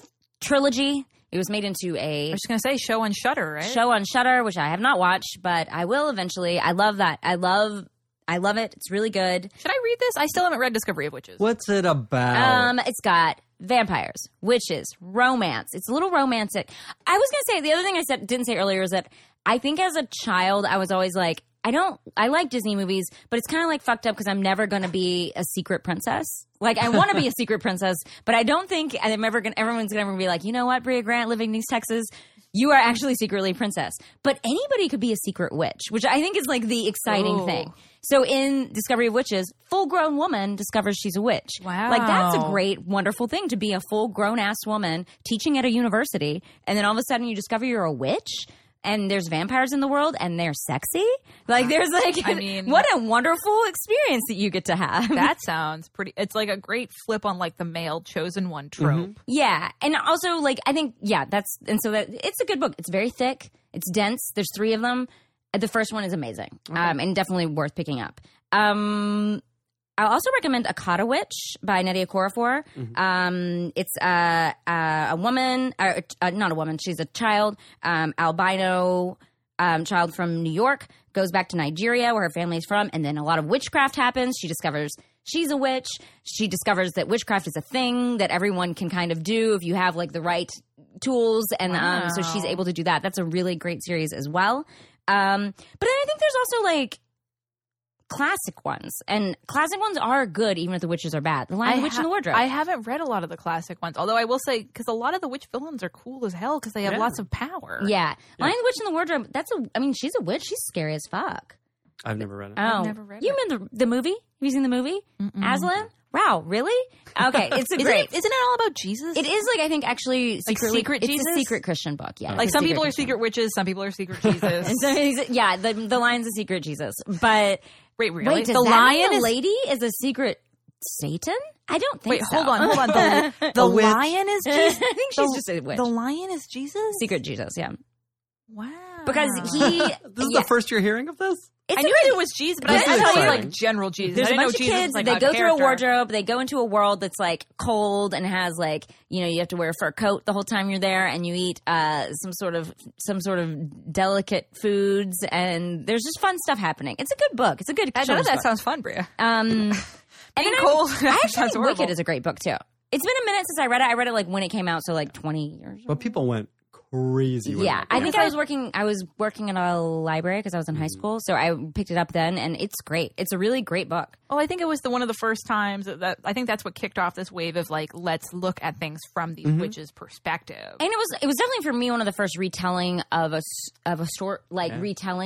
trilogy it was made into
I
a
was just gonna say Show and Shutter, right?
show on Shutter, which I have not watched, but I will eventually. I love that. I love, I love it. It's really good.
Should I read this? I still haven't read Discovery of Witches.
What's it about?
Um, it's got vampires, witches, romance. It's a little romantic. I was gonna say the other thing I said didn't say earlier is that I think as a child I was always like I don't I like Disney movies, but it's kind of like fucked up because I'm never gonna be a secret princess. Like I want to be a secret princess, but I don't think I'm ever gonna. Everyone's gonna be like, you know what, Bria Grant living in East Texas. You are actually secretly a princess, but anybody could be a secret witch, which I think is like the exciting
Ooh.
thing. So in Discovery of Witches, full grown woman discovers she's a witch.
Wow.
Like that's a great, wonderful thing to be a full grown ass woman teaching at a university, and then all of a sudden you discover you're a witch. And there's vampires in the world, and they're sexy. Like there's like,
I mean-
what a wonderful experience that you get to have.
That sounds pretty. It's like a great flip on like the male chosen one trope.
yeah, and also like I think yeah, that's and so that it's a good book. It's very thick, it's dense. There's three of them. The first one is amazing, um, and definitely worth picking up. Um, I'll also recommend Akata Witch by Nnedi Okorafor. Um, it's a, a, a woman, or, uh, not a woman, she's a child, um, albino um, child from New York, goes back to Nigeria where her family's from, and then a lot of witchcraft happens. She discovers she's a witch. She discovers that witchcraft is a thing that everyone can kind of do if you have like the right tools, and um, so she's able to do that. That's a really great series as well. Um, but then I think there's also like classic ones, and classic ones are good, even if the witches are bad. The Lion, the Witch,
ha-
and the Wardrobe.
I haven't read a lot of the classic ones, although I will say because a lot of the witch villains are cool as hell because they have
Yeah.
lots of power.
yeah, Lion, the Witch, and the Wardrobe. That's a. I mean, she's a witch. She's scary as fuck.
I've never read it.
Oh,
never read
you mean the the movie? Have you seen the movie Aslan? Wow, really? Okay, it's a
Isn't
great.
it, isn't it all about Jesus?
it is like I think actually
Like
secretly,
secret
it's
Jesus?
a secret Christian book. Yeah,
Like
it's a
some people are
Christian
secret witches, some people are secret Jesus.
book. And so he's- yeah, the the lion's a secret Jesus, but
Wait, really?
wait, does
the
that mean
lion
the
is
lady is a secret Satan? I don't think
Wait,
so.
hold on, hold on. The, the
witch.
lion is Jesus.
I think she's just a witch.
The lion is Jesus.
Secret Jesus, yeah.
Ah. Wow.
Because he
this is
yeah.
the first you're hearing of this.
It's
I
a
knew
pretty-
it was Jesus, but I
This
didn't
is
know
exciting.
like general Jesus.
There's
I
a
didn't know
bunch of
Jesus was,
kids.
like,
they
a
go through a
character.
wardrobe. They go into a world that's like cold and has like you know you have to wear a fur coat the whole time you're there, and you eat uh, some sort of some sort of delicate foods, and there's just fun stuff happening. It's a good book. It's a good.
I know
children's
that
book.
sounds fun, Bria.
Um, and then I-
cold
I, actually
sounds
think
horrible.
Wicked is a great book too. It's been a minute since I read it. I read it like when it came out, so like 20 years.
But people went crazy. When
Yeah,
they-
I think I was working. I was working in a library because I was in
Mm-hmm.
high school, so I picked it up then, and it's great. It's a really great book.
Oh, I think it was the one of the first times that, that I think that's what kicked off this wave of like let's look at things from the
Mm-hmm.
witch's perspective.
and it was it was definitely for me one of the first retelling of a s- of a sort like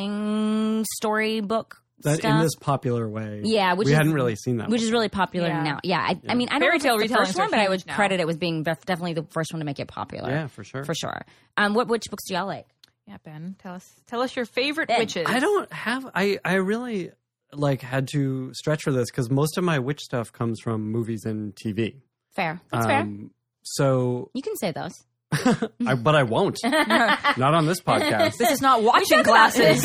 retelling storybook
that
stuff.
in this popular way.
Yeah, which
we
is-
hadn't really seen that.
which is really popular
Yeah.
now. Yeah, I, I mean, I don't
Fairy
know if
tale
it's the first
retellings are
one, but I would
huge now.
credit it with being def- definitely the first one to make it popular.
yeah, for sure.
for sure. Um, what which books do y'all like?
Yeah, Ben, tell us tell us your favorite
Ben.
witches.
I don't have. I I really like had to stretch for this because most of my witch stuff comes from movies and TV.
Fair, that's fair.
Um, So,
You can say those.
I,
Mm-hmm.
but I won't. Not on this podcast.
This is not watching glasses.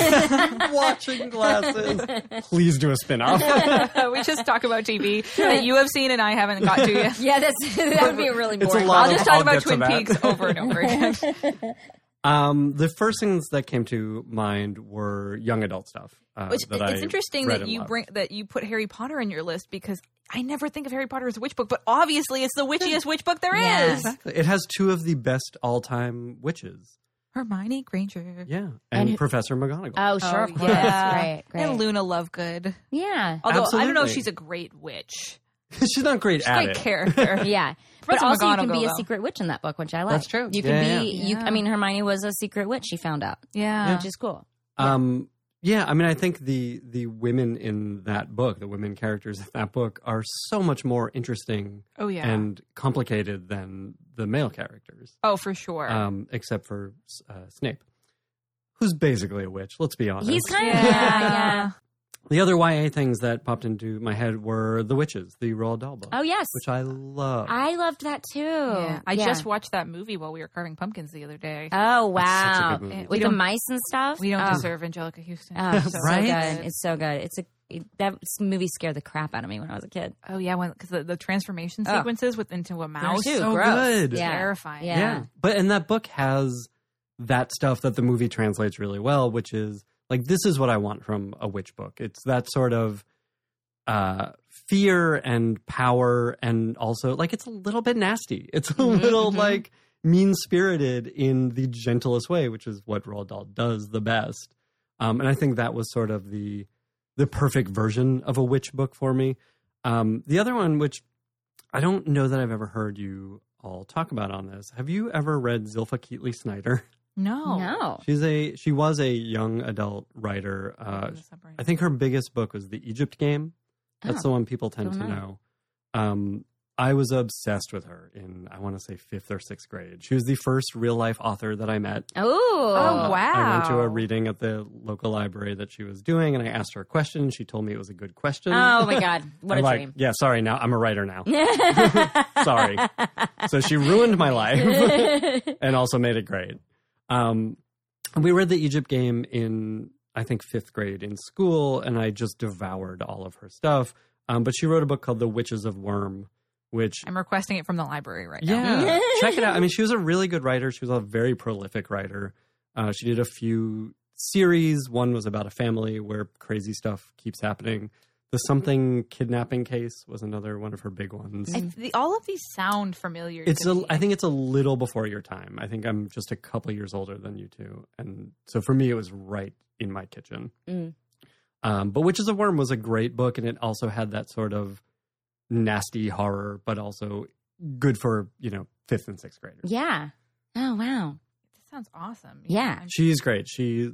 Watching glasses. Please do a spin-off.
we just talk about TV that you have seen and I haven't got to yet.
Yeah, that's that would be a really
It's a
boring.
lot
I'll
one.
of-
just talk
I'll
about
get to
Twin
that.
Peaks over and over again.
Um, the first things that came to mind were young adult stuff. Uh,
Which
that
it's
I
interesting
read
that
and
you
loved.
bring that you put Harry Potter in your list because I never think of Harry Potter as a witch book, but obviously it's the witchiest witch book there is.
Yeah.
Exactly. It has two of the best all-time witches.
Hermione Granger
Yeah, and,
And-
Professor McGonagall.
Oh, sure, of
Oh,
course.
yeah.
Right, great.
and Luna Lovegood.
yeah,
Although I don't know if
Absolutely.
she's a great witch.
She's not great at
Great
it.
character.
Yeah. But
Professor
also, you can
McGonagall,
be a
though.
secret witch in that book, which I like.
That's true.
You can
Yeah,
be.
yeah.
You,
Yeah.
I mean, Hermione was a secret witch. She found out,
Yeah.
which is cool.
Um, yeah, I mean, I think the the women in that book, the women characters in that book, are so much more interesting
Oh yeah.
and complicated than the male characters,
oh for sure.
um, except for uh, Snape, who's basically a witch. Let's be honest.
He's kind of
Yeah.
yeah, yeah.
the other YA things that popped into my head were The Witches, the Roald Dahl book,
Oh yes,
which I love.
I loved that too.
Yeah. I
Oh, Yeah.
just watched that movie while we were carving pumpkins the other day.
Oh
That's such a
wow,
good movie.
We
with the
don't-
mice and stuff.
we don't
oh.
deserve Angelica Houston.
Oh, it's so
Right?
good. It's so good. It's a it- that movie scared the crap out of me when I was a kid.
Oh yeah, because the, the transformation
Oh.
sequences with into a mouse.
too.
so
gross.
good.
Yeah.
Terrifying.
Yeah.
But and that book has that stuff that the movie translates really well, which is like this is what I want from a witch book. It's that sort of uh fear and power and also like it's a little bit nasty. It's a
Mhm,
little
mhm.
like mean spirited in the gentlest way, which is what Roald Dahl does the best. Um and I think that was sort of the the perfect version of a witch book for me. Um the other one which I don't know that I've ever heard you all talk about on this. Have you ever read Zilpha Keatley Snyder?
No.
No,
She's a she was a young adult writer. Uh, I think her biggest book was The Egypt Game. That's
Oh,
the one people tend
don't
to
know.
know. Um, I was obsessed with her in I want to say fifth or sixth grade. She was the first real life author that I met. Uh,
oh,
Oh, wow.
I went to a reading at the local library that she was doing, and I asked her a question. She told me it was a good question.
Oh my god, what
I'm
a
like,
dream.
Yeah, sorry. Now I'm a writer now. Sorry. so she ruined my life and also made it great. Um, we read the Egypt game in, I think, fifth grade in school, and I just devoured all of her stuff. Um, but she wrote a book called The Witches of Worm, which,
I'm requesting it from the library right now.
yeah, check it out. I mean, she was a really good writer. She was a very prolific writer. Uh, she did a few series. One was about a family where crazy stuff keeps happening. The something kidnapping case was another one of her big ones.
I- the, all of these sound familiar.
Mm. It's
to
a.
me.
I think it's a little before your time. I think I'm just a couple years older than you two, and so for me, it was right in my kitchen.
Mm.
Um, but Witches of Worm was a great book, and it also had that sort of nasty horror, but also good for you know fifth and sixth graders.
yeah. Oh wow.
That sounds awesome.
Yeah.
I'm-
She's great. She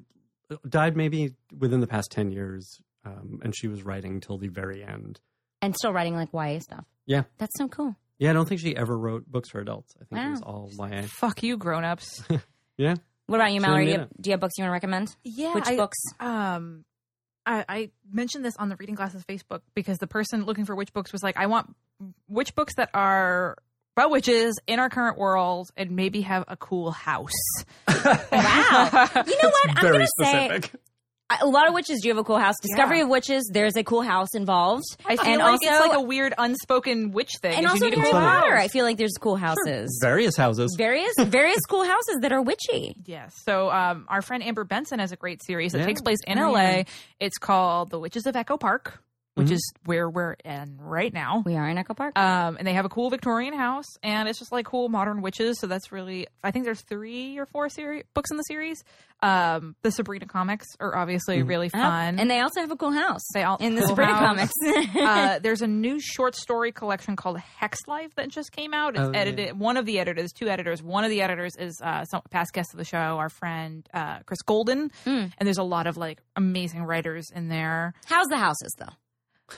died maybe within the past ten years, um, and she was writing till the very end.
And still writing like YA stuff.
Yeah.
That's so cool.
Yeah, I don't think she ever wrote books for adults. I think it was
Wow.
all YA.
Fuck you, grown-ups.
Yeah,
What about you,
Sure,
Mallory? Do you,
Nina.
have, do you have books you want to recommend?
yeah.
Which
I,
books?
Um, I, I mentioned this on the reading glasses Facebook because the person looking for witch books was like, I want witch books that are about witches in our current world and maybe have a cool house.
wow. You know what? I'm
Very
going to say
specific.
a lot of witches do have a cool house. Discovery
Yeah.
of witches, there's a cool house involved.
I feel
and
like
also,
it's like a weird unspoken witch thing.
and
is
also
you need a
Harry
cool
Potter.
house.
I feel like there's cool houses.
Various houses.
Various various cool houses that are witchy.
Yes. So um, our friend Amber Benson has a great series that
Yeah.
takes place in
Oh,
LA.
yeah.
It's called The Witches of Echo Park, which
Mhm.
is where we're in right now.
We are in Echo Park.
Um, and they have a cool Victorian house, and it's just like cool modern witches. So that's really, I think there's three or four series books in the series. Um, the Sabrina comics are obviously really
Oh,
fun,
and they also have a cool house
they all
in the
cool
Sabrina
house.
comics.
uh, there's a new short story collection called Hex Life that just came out. It's
Oh, yeah.
edited. One of the editors, two editors. One of the editors is uh, some past guest of the show, our friend uh, Chris Golden.
Mm.
And there's a lot of like amazing writers in there.
How's the houses though?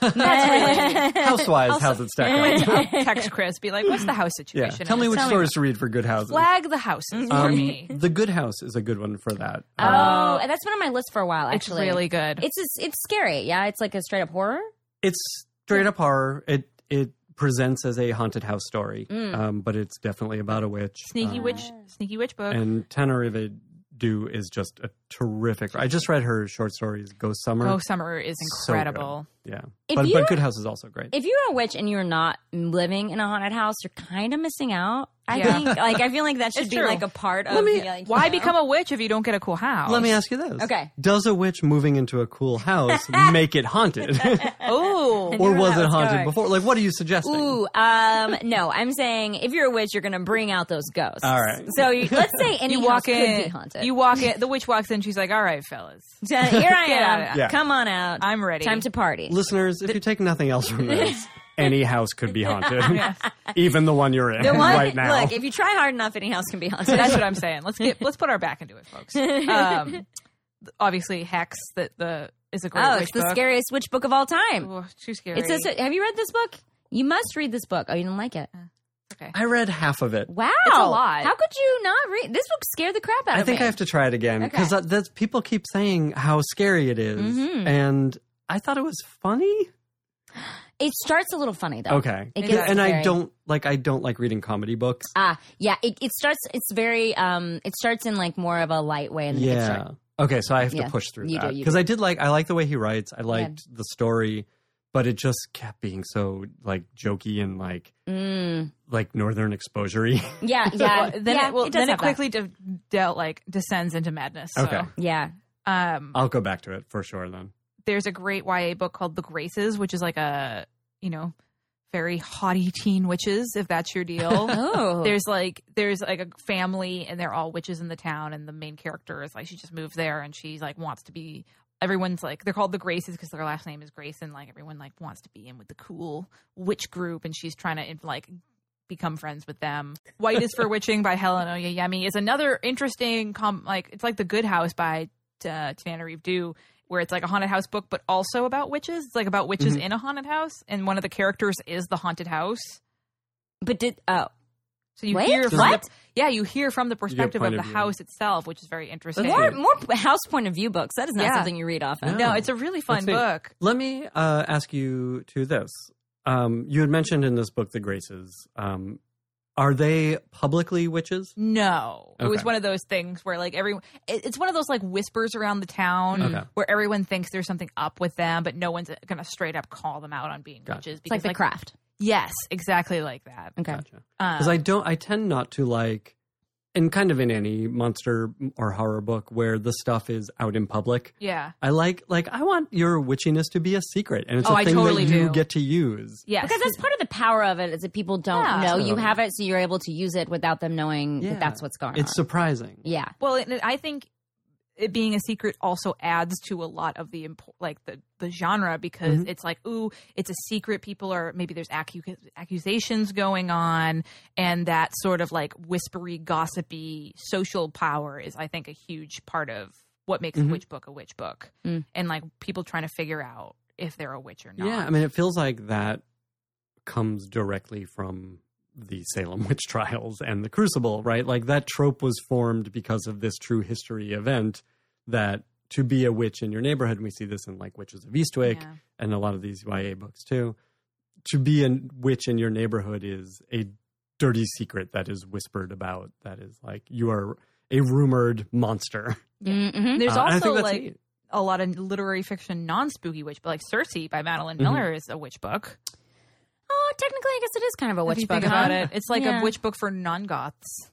That's
Housewise, how's it
Oh,
stack up?
I'll text Chris, be like, "What's the house
Yeah.
situation?"
Tell me
And
which
tell
stories to read for good houses.
Flag the
Mm-hmm.
houses for
Um,
me.
the Good House is a good one for that.
Oh,
Um,
and that's been on my list for a while.
It's
Actually,
really good.
It's it's, it's scary. Yeah, it's like a straight up horror.
it's straight up horror. It it presents as a haunted house story,
Mm.
um, but it's definitely about a witch.
sneaky
um,
witch, sneaky witch book.
And Tenerive Do is just a terrific. I just read her short stories, Ghost Summer.
Oh, summer is
So
incredible.
yeah,
If
but,
you
but Good House is also great.
if you're a witch and you're not living in a haunted house, you're kind of missing out. I
Yeah.
think like I feel like that should
It's
be
true.
like a part of
Let me-
the, like,
Why
you know.
become a witch if you don't get a cool house?
Let me ask you this:
Okay.
does a witch moving into a cool house make it haunted,
Oh,
or
where
was
that
it
was
haunted
going.
before? Like, what are you suggesting?
Ooh, um, no, I'm saying if you're a witch, you're going to bring out those ghosts.
All right.
So you, let's say any
you
house
walk
could be
in.
haunted.
You walk in. The witch walks in. She's like, "All right, fellas,
Here I
Get out of
am.
there.
Yeah.
Come on out.
I'm ready.
Time to party.
Listeners, if you take nothing else from this, any house could be haunted, even the one you're in
The one,
right now.
Look, if you try hard enough, any house can be haunted.
That's what I'm saying. Let's get let's put our back into it, folks. Um, th- obviously, Hex that the is a great
oh,
witch
it's the
book.
scariest witch book of all time.
Oh, too scary.
It's a, have you read this book? You must read this book. Oh, you didn't like it?
I read half of it.
Wow,
It's a lot.
How could you not read this book? Scared the crap out
I
of
think
me.
I have to try it again because
Okay.
that's people keep saying how scary it is,
Mhm.
and I thought it was funny.
It starts a little funny though.
Okay,
It
gets
and I
scary.
don't like I don't like reading comedy books.
Ah, yeah. It, it starts. It's very. Um, it starts in like more of a light way, and then it gets dark.
yeah. Okay, so I have
Yeah.
to push through
You do,
that
you
because
do.
I did like I like the way he writes. I liked the story, but it just kept being so like jokey and like
Mm.
like northern exposure
Yeah, yeah.
Well, then
yeah,
it, well,
does
then it
have that.
quickly de- dealt like descends into madness. So,
Okay.
Yeah.
um,
I'll go back to it for sure then.
there's a great YA book called The Graces, which is like a you know very haughty teen witches, if that's your deal.
Oh.
there's like there's like a family and they're all witches in the town and the main character is like she just moved there and she like wants to be everyone's like they're called the graces because their last name is grace and like everyone like wants to be in with the cool witch group and she's trying to like become friends with them white is for witching by helen oyeyemi is another interesting com like it's like the good house by uh, Tanana Reeve Do, where it's like a haunted house book, but also about witches. It's like about witches in a haunted house, and one of the characters is the haunted house.
But did
uh,
oh
So you
Wait,
hear from
what?
The, yeah, you hear from the perspective of
point
the
of view.
house itself, which is very interesting.
more more house point of view books. That is not
Yeah.
something you read often.
No, it's a really fun
That's neat.
book.
Let me uh, ask you to this. Um, you had mentioned in this book the Graces. Um, are they publicly witches?
No, it was
Okay.
one of those things where like everyone, it- it's one of those like whispers around the town
Mm-hmm. Okay.
where everyone thinks there's something up with them, but no one's gonna straight up call them out on being
Gotcha.
witches.
It's like the craft.
yes, exactly like that.
Okay.
Gotcha. Because
Um,
I don't. I tend not to like, and kind of in any monster or horror book where the stuff is out in public.
yeah,
I like like I want your witchiness to be a secret, and it's
Oh,
a
I
thing
totally
that you
do.
get to use.
yes,
Because that's part of the power of it is that people don't
Yeah.
know you
Totally.
have it, so you're able to use it without them knowing
Yeah.
that that's what's going
It's
on.
surprising.
yeah.
Well, and it- I think it being a secret also adds to a lot of the impo- like the the genre because
Mm-hmm.
it's like ooh, it's a secret. People are maybe there's accu- accusations going on, and that sort of like whispery, gossipy social power is, I think, a huge part of what makes
Mhm.
a witch book a witch book,
Mm.
and like people trying to figure out if they're a witch or not.
Yeah, I mean, it feels like that comes directly from the Salem witch trials and the Crucible, right? Like that trope was formed because of this true history event that to be a witch in your neighborhood. And we see this in like Witches of Eastwick
Yeah.
and a lot of these YA books too. To be a witch in your neighborhood is a dirty secret that is whispered about. That is like you are a rumored monster.
Mm-hmm.
There's
Uh, and I
also
think that's
like
neat.
a lot of literary fiction, non spooky witch, but like Circe by Madeline
Mhm.
Miller is a witch book.
Oh, technically, I guess it is kind of a
if
witch
you
book.
think about
huh?
it, it's like
Yeah.
a witch book for non goths.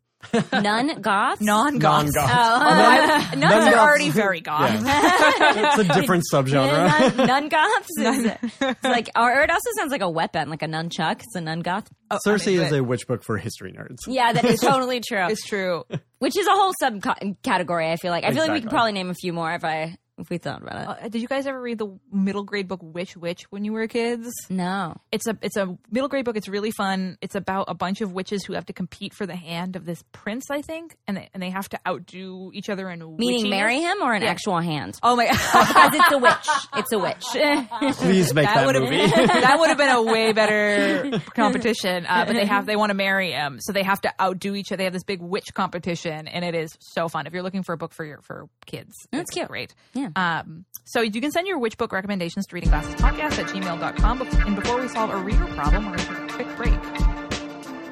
Nun goths.
Non goths.
Non-goths.
Oh,
nuns
Nuns
are
goths.
already very goth.
it's a different subgenre.
Nun, nun goths. Is, it's like, or it also sounds like a weapon, like a nunchuck. It's a nun goth.
Oh, I
Circe
mean,
is
but
a witch book for history nerds.
Yeah, that is totally true.
It's true.
Which is a whole subcategory. I feel like. I feel like we could
Exactly.
probably name a few more if I if we thought about it.
Uh, did you guys ever read the middle grade book Witch Witch when you were kids?
no.
It's a it's a middle grade book. It's really fun. It's about a bunch of witches who have to compete for the hand of this prince, I think, and they, and they have to outdo each other in
Meaning
witchiness.
marry him or an
Yeah.
actual hand?
Oh my!
Because it's a witch. It's a witch.
Please make that,
would've-
movie.
that would have been a way better competition. Uh, but they have they want to marry him, so they have to outdo each other. They have this big witch competition, and it is so fun. If you're looking for a book for your for kids,
That's
it's
cute.
Great.
Yeah.
Um, so you can send your witch book recommendations to readingglassespodcast at gmail.com. But- And before we solve a reader problem, we're going to take a quick break.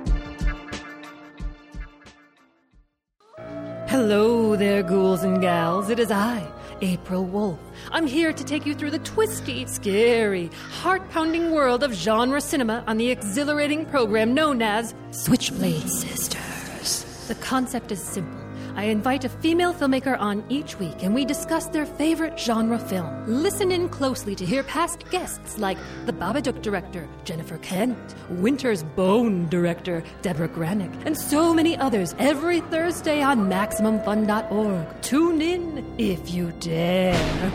Hello there, ghouls and gals. It is I, April Wolf. I'm here to take you through the twisty, scary, heart pounding world of genre cinema on the exhilarating program known as Switchblade Sisters. The concept is simple. I invite a female filmmaker on each week and we discuss their favorite genre film. Listen in closely to hear past guests like the Babadook director, Jennifer Kent, Winter's Bone director, Deborah Granick, and so many others every Thursday on MaximumFun.org. Tune in if you dare.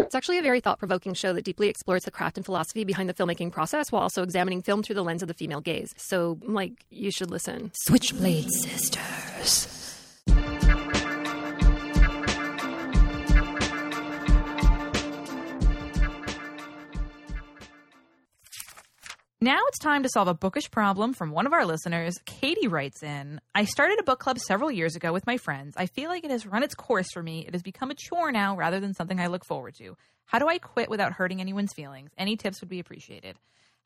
It's actually a very thought provoking show that deeply explores the craft and philosophy behind the filmmaking process while also examining film through the lens of the female gaze. So, like, you should listen.
Switchblade Sisters.
Now it's time to solve a bookish problem from one of our listeners. Katie writes in I started a book club several years ago with my friends. I feel like it has run its course for me. It has become a chore now rather than something I look forward to. How do I quit without hurting anyone's feelings? Any tips would be appreciated.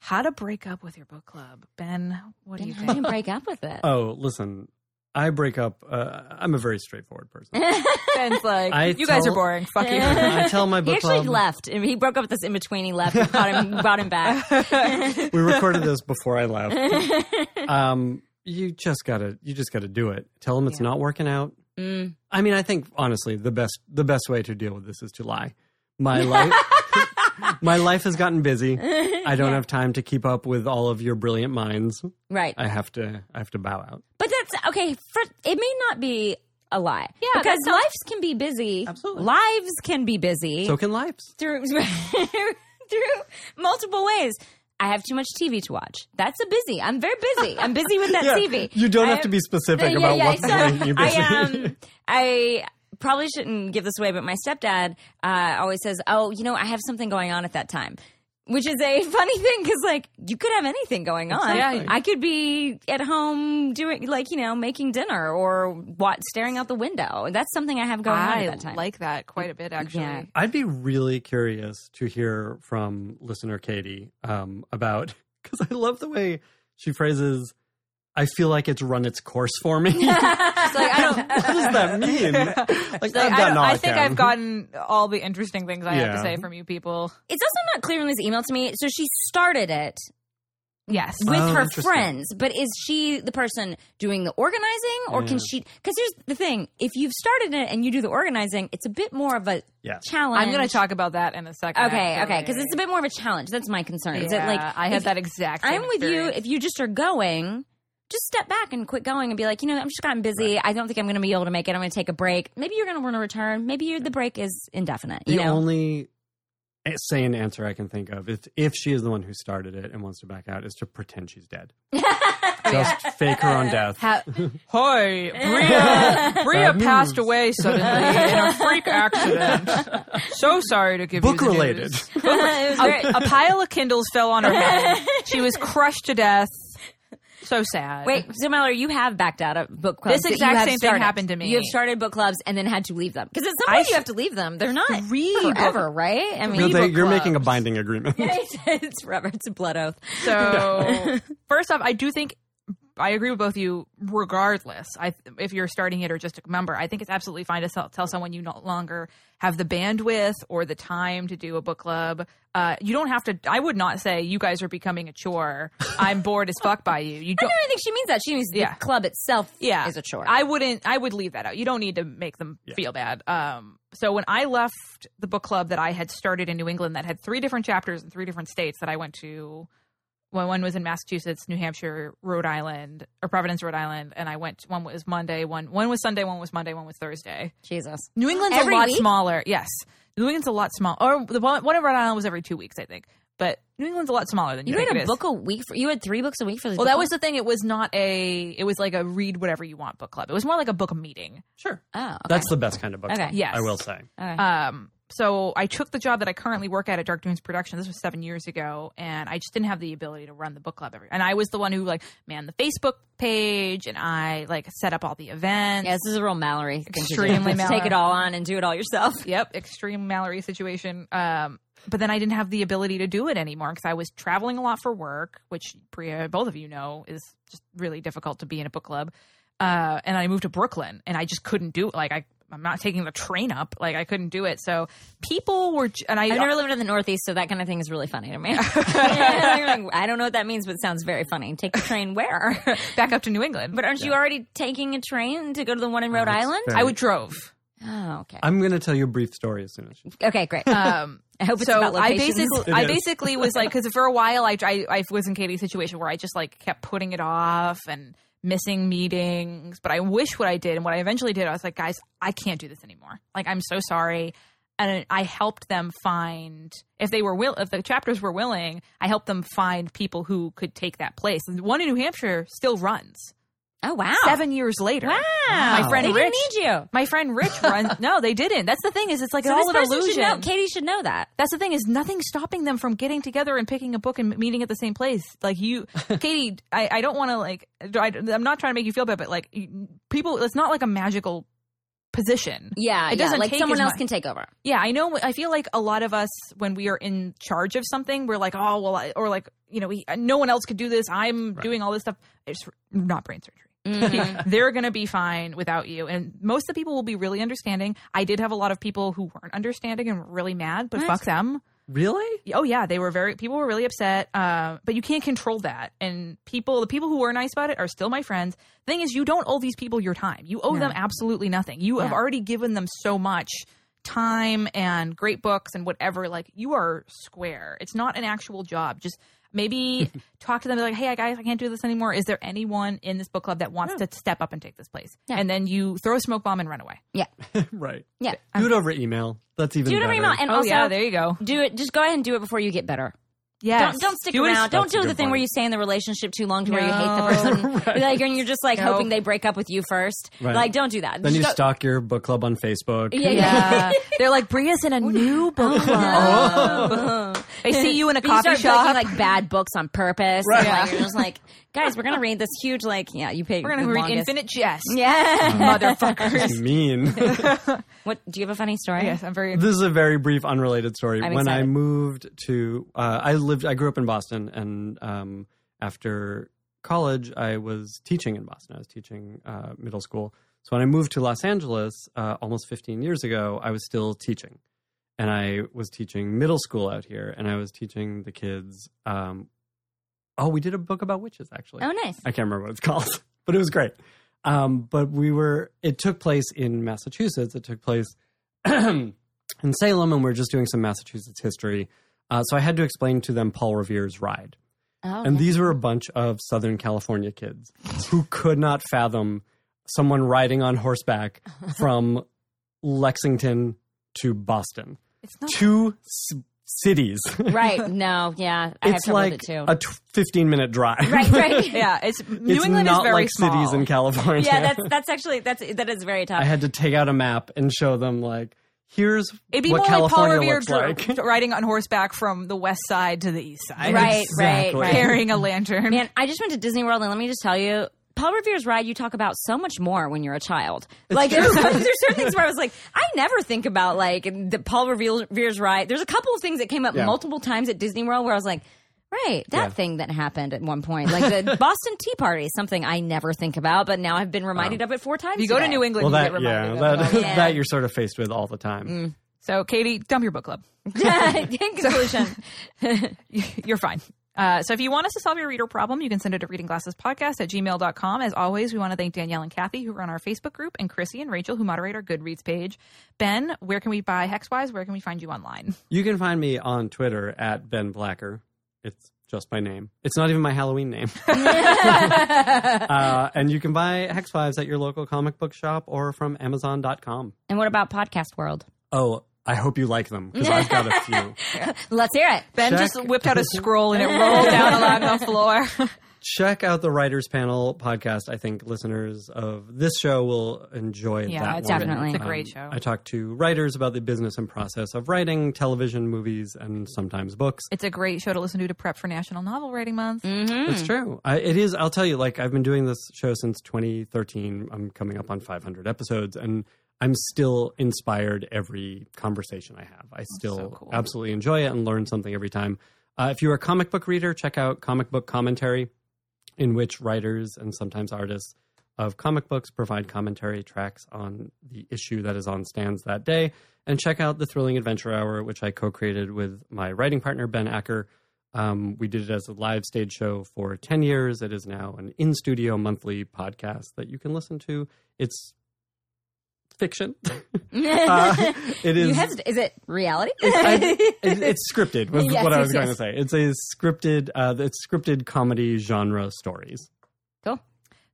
How to break up with your book club. Ben, what do you
Then
think?
how do you break up with it?
Oh, listen, I break up. Uh, I'm a very straightforward person.
Ben's like,
I
you guys are
tell-
boring. Fuck you.
I tell my
He
book
actually
club.
left. He broke up with us in between. He left. We brought him, brought him back.
We recorded this before I left. Um, you just gotta, you just gotta do it. Tell them it's not working out.
Mm.
I mean, I think honestly, the best, the best way to deal with this is to lie. My life, my life has gotten busy. I don't have time to keep up with all of your brilliant minds.
Right.
I have to, I have to bow out.
But that's okay. For, it may not be a lie. Yeah, because lives can be busy. Absolutely, lives can be busy
So can lives.
through through multiple ways. I have too much TV to watch. That's a busy. I'm very busy. I'm busy with that
Yeah,
TV.
You don't
I
have to
am-
be specific
Uh,
about what's
so
making you busy.
I, um, I probably shouldn't give this away, but my stepdad uh, always says, "Oh, you know, I have something going on at that time." Which is a funny thing because, like, you could have anything going on.
Exactly.
I could be at home doing, like, you know, making dinner or what, staring out the window. That's something I have going on
I
at that time.
like that quite a bit, actually.
Yeah.
I'd be really curious to hear from listener Katie um, about because I love the way she phrases. I feel like it's run its course for me. what
It's like, I don't.
does that mean? Like, I've
I,
gotten
don't-
all
I think
can.
I've gotten all the interesting things I have to
Yeah.
say from you people.
it's also not clear in this email to me. So she started it
Yes.
with
Oh,
her
interesting.
friends, but is she the person doing the organizing, or can
Yeah.
she? Because here's the thing: if you've started it and you do the organizing, it's a bit more of a
Yeah.
challenge.
I'm going to talk about that in a second.
Okay, okay, because
actually.
it's a bit more of a challenge. That's my concern. is that
Yeah,
like
I had
if-
that exact. same
I'm with you.
experience.
If you just are going, just step back and quit going and be like, you know, I'm just gotten busy. I don't think I'm going to be able to make it. I'm going to take a break. Maybe you're going to want to return. Maybe you're, the break is indefinite.
The
You know.
only sane answer I can think of, if, if she is the one who started it and wants to back out, is to pretend she's dead. Just fake her on death.
Ha- Hi, Bria. Bria
Bad
passed
news.
away suddenly in a freak accident. So sorry to give you
Book
the news.
related.
It was
A,
very-
a pile of Kindles fell on her head. She was crushed to death. so sad.
Wait, so Mallory, you have backed out of book clubs.
This
that you
exact
have
same thing
started.
happened to me.
You have started book clubs and then had to leave them because at some
I
point
sh-
you have to leave them. They're not
Three
forever, right? I mean,
You're, the- you're making a binding agreement.
it's, it's forever. It's a blood oath.
So, first off, I do think I agree with both of you. Regardless, I if you're starting it or just a member, I think it's absolutely fine to tell, tell someone you no longer have the bandwidth or the time to do a book club. Uh, you don't have to. I would not say you guys are becoming a chore. I'm bored as fuck by you. You
I
don't.
don't even think she means that. She means
Yeah.
the club itself
Yeah.
is a chore.
I wouldn't. I would leave that out. You don't need to make them feel bad. Um. So when I left the book club that I had started in New England, that had three different chapters in three different states that I went to. Well, one was in Massachusetts, New Hampshire, Rhode Island, or Providence, Rhode Island, and I went. One was Monday. One one was Sunday. One was Monday. One was Thursday.
Jesus.
New England's
Every
a lot
week?
smaller. Yes, New England's a lot smaller. Or the one, one in Rhode Island was every two weeks, I think. But New England's a lot smaller than you,
You
think
had
it
a
is.
book a week. For, you had three books a week for this.
Well,
book
that was
club?
the thing. It was not a. It was like a read whatever you want book club. It was more like a book meeting.
Sure.
Oh, okay.
That's the best kind of book.
Okay.
club,
Yes.
I will say.
All right.
Um, so I took the job that I currently work at at Dark Dunes Production. This was seven years ago, and I just didn't have the ability to run the book club. Every and I was the one who like man the Facebook page, and I like set up all the events.
yeah, this is a real Mallory. thing to do.
Extremely
Just Take
Mallory.
it all on and do it all yourself.
Yep, extreme Mallory situation. Um, but then I didn't have the ability to do it anymore because I was traveling a lot for work, which Priya, both of you know, is just really difficult to be in a book club. Uh, and I moved to Brooklyn, and I just couldn't do it. Like I, I'm not taking the train up. Like I couldn't do it. So people were, j- and I, uh,
I've never lived in the Northeast, so that kind of thing is really funny to me. I don't know what that means, but it sounds very funny. Take the train where?
back up to New England.
But aren't you already taking a train to go to the one in Rhode
that's
Island?
fair.
I would drove.
Oh, okay.
I'm going to tell you a brief story as soon as. You-
Okay, great. Uh,
Um,
I hope it's
so
about
I
locations.
basically,
It
I
is.
basically was like, because for a while, I, I I was in Katie's situation where I just like kept putting it off and missing meetings. But I wish what I did and what I eventually did, I was like, guys, I can't do this anymore. Like, I'm so sorry. And I helped them find if they were will if the chapters were willing, I helped them find people who could take that place. And one in New Hampshire still runs
Oh wow.
seven years later.
Wow.
my friend
they
Rich.
didn't need you.
My friend Rich runs. no, they didn't. That's the thing is, it's like
So
all
this
an
person
illusion.
should know. Katie should know that.
That's the thing is nothing's stopping them from getting together and picking a book and meeting at the same place. Like you, Katie, I, I don't want to like. I, am not trying to make you feel bad, but like you- people, it's not like a magical position.
Yeah,
It
yeah.
doesn't
like
take
someone
as
else
much.
can take over.
Yeah, I know. I feel like a lot of us, when we are in charge of something, we're like, oh well, I, or like you know, we, no one else could do this. I'm doing all this stuff. It's not brain surgery.
Mm-hmm.
They're going to be fine without you. And most of the people will be really understanding. I did have a lot of people who weren't understanding and were really mad, but
What?
fuck them.
really?
Oh yeah, they were very. People were really upset. Um, but you can't control that. And people, the people who were nice about it, are still my friends. Thing is, you don't owe these people your time. You owe them absolutely nothing. You have
No.
already given them so much time and great books and whatever. Like you are square. It's not an actual job. Just maybe talk to them. Be like, hey guys, I can't do this anymore. Is there anyone in this book club that wants to step up and take this place?
Yeah.
And then you throw a smoke bomb and run away.
Yeah.
right.
Yeah.
Do it over email. That's even
Do it
better.
every month. And
oh
also
yeah, there you go.
do it just go ahead and do it before you get better.
Yeah.
Don't don't stick
Do it as-
around. Don't
That's a
do the
good
thing
point.
where you stay in the relationship too long to where you hate the person. Like and you're just like
No.
hoping they break up with you first.
Right.
Like don't do that.
Then you
Just go-
stalk your book club on Facebook.
Yeah,
Yeah. Oh, They're like, bring us in a new book club.
Oh.
They see you in a
But you
coffee
start picking,
shop.
like bad books on purpose. And, like, you're just like, guys, we're gonna read this huge like yeah, you pick
We're going
the
to read
longest-
Infinite Jest.
Yeah.
Motherfuckers.
That's mean.
what do you have a funny story?
yes, I'm very.
This is a very brief, unrelated story.
I'm
when I
excited.
moved to, uh, I lived, I grew up in Boston, and um, after college, I was teaching in Boston. I was teaching uh, middle school. So when I moved to Los Angeles uh, almost 15 years ago, I was still teaching, and I was teaching middle school out here, and I was teaching the kids. Um, oh, we did a book about witches, actually.
Oh nice.
I can't remember what it's called, but it was great. Um, but we were, it took place in Massachusetts. It took place in Salem, and we are just doing some Massachusetts history. Uh, so I had to explain to them Paul Revere's ride.
Oh,
And these were a bunch of Southern California kids who could not fathom someone riding on horseback from Lexington to Boston.
It's not.
Two c- cities.
right. No, yeah. I have
it's
trouble
like
with it too.
a t- 15 minute drive.
right, right.
Yeah, it's New
it's
England
not
is very
like
small.
cities in California.
Yeah, that's that's actually that's that is very tough.
I had to take out a map and show them like, here's
It'd be
what
more
California
like Paul Revere
looks like.
dr- riding on horseback from the west side to the east side.
Right, right, right.
Carrying a lantern.
Man, I just went to Disney World, and let me just tell you, Paul Revere's ride you talk about so much more when you're a child. like there's, some- there's certain things where I was like, I never think about like the Paul Revere's ride. There's a couple of things that came up
Yeah.
multiple times at Disney World where I was like. Right, that
Yeah.
thing that happened at one point, like the Boston Tea Party, is something I never think about, but now I've been reminded of it four times.
you go to
today.
New England,
well,
you
that
get
yeah,
reminded of
that
it all.
that you're sort of faced with all the time.
Mm.
So, Katie, dump your book club.
In conclusion,
you're fine. Uh, so if you want us to solve your reader problem, you can send it to readingglassespodcast at gmail.com. As always, we want to thank Danielle and Kathy, who run our Facebook group, and Chrissy and Rachel, who moderate our Goodreads page. Ben, where can we buy Hexwise? Where can we find you online?
You can find me on Twitter at Ben Blacker. It's just my name. It's not even my Halloween name. uh, and you can buy Hex Fives at your local comic book shop or from Amazon.com.
and what about podcast world?
Oh, I hope you like them because I've got a few.
Let's hear it.
Ben
Check.
just whipped out a scroll and it rolled down along the floor.
Check out the Writers Panel podcast. I think listeners of this show will enjoy
Yeah,
that.
it's
one.
definitely- it's a great show.
I talk to writers about the business and process of writing television, movies, and sometimes books.
It's a great show to listen to to prep for National Novel Writing Month.
Mm-hmm.
It's true. I, it is. I'll tell you. Like I've been doing this show since 2013. I'm coming up on 500 episodes, and I'm still inspired every conversation I have. I still absolutely enjoy it and learn something every time. Uh, if you're a comic book reader, check out Comic Book Commentary, in which writers and sometimes artists of comic books provide commentary tracks on the issue that is on stands that day. And check out the Thrilling Adventure Hour, which I co created with my writing partner, Ben Acker. Um, we did it as a live stage show for 10 years. It is now an in studio monthly podcast that you can listen to. It's fiction. Uh, it
You
is-
hesitate. Is it reality?
It- it's scripted, was
Yes,
what I
yes,
was going
yes.
to say. It's a scripted, uh, it's scripted comedy genre stories.
Cool.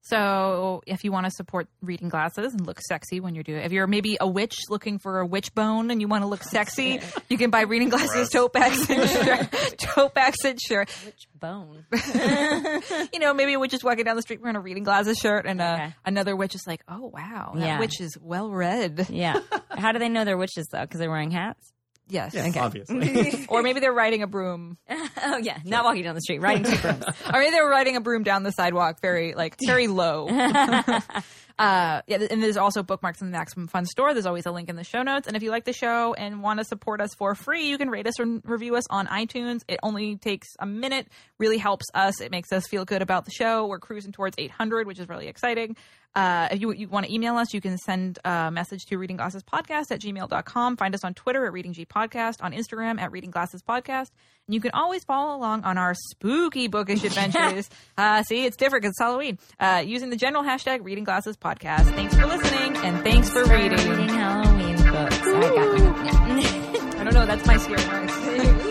So if you want to support reading glasses and look sexy when you're doing if you're maybe a witch looking for a witch bone and you want to look sexy, you can buy reading glasses tote bags and shirt, tote bags and shirt.
Witch bone.
you know, maybe a witch is walking down the street wearing a reading glasses shirt and uh, another witch is like, "Oh wow, that
Yeah.
witch is well read."
Yeah. How do they know they're witches though? Because they're wearing hats.
Yes.
Yes, Okay.
obviously.
or maybe they're riding a broom.
oh yeah, not walking down the street, riding two brooms.
or maybe they were riding a broom down the sidewalk, very like very low. uh, yeah, and there's also bookmarks in the Maximum Fun store. There's always a link in the show notes. And if you like the show and want to support us for free, you can rate us or review us on iTunes. It only takes a minute. Really helps us. It makes us feel good about the show. We're cruising towards 800, which is really exciting. Uh, if you, you want to email us, you can send a message to reading glasses podcast at gmail.com. Find us on Twitter at reading G podcast, on Instagram at reading glasses podcast. And you can always follow along on our spooky bookish adventures. uh, see, it's different because it's Halloween. Uh, using the general hashtag reading glasses podcast. Thanks for listening and thanks for reading.
Halloween books.
I don't know. That's my scary noise.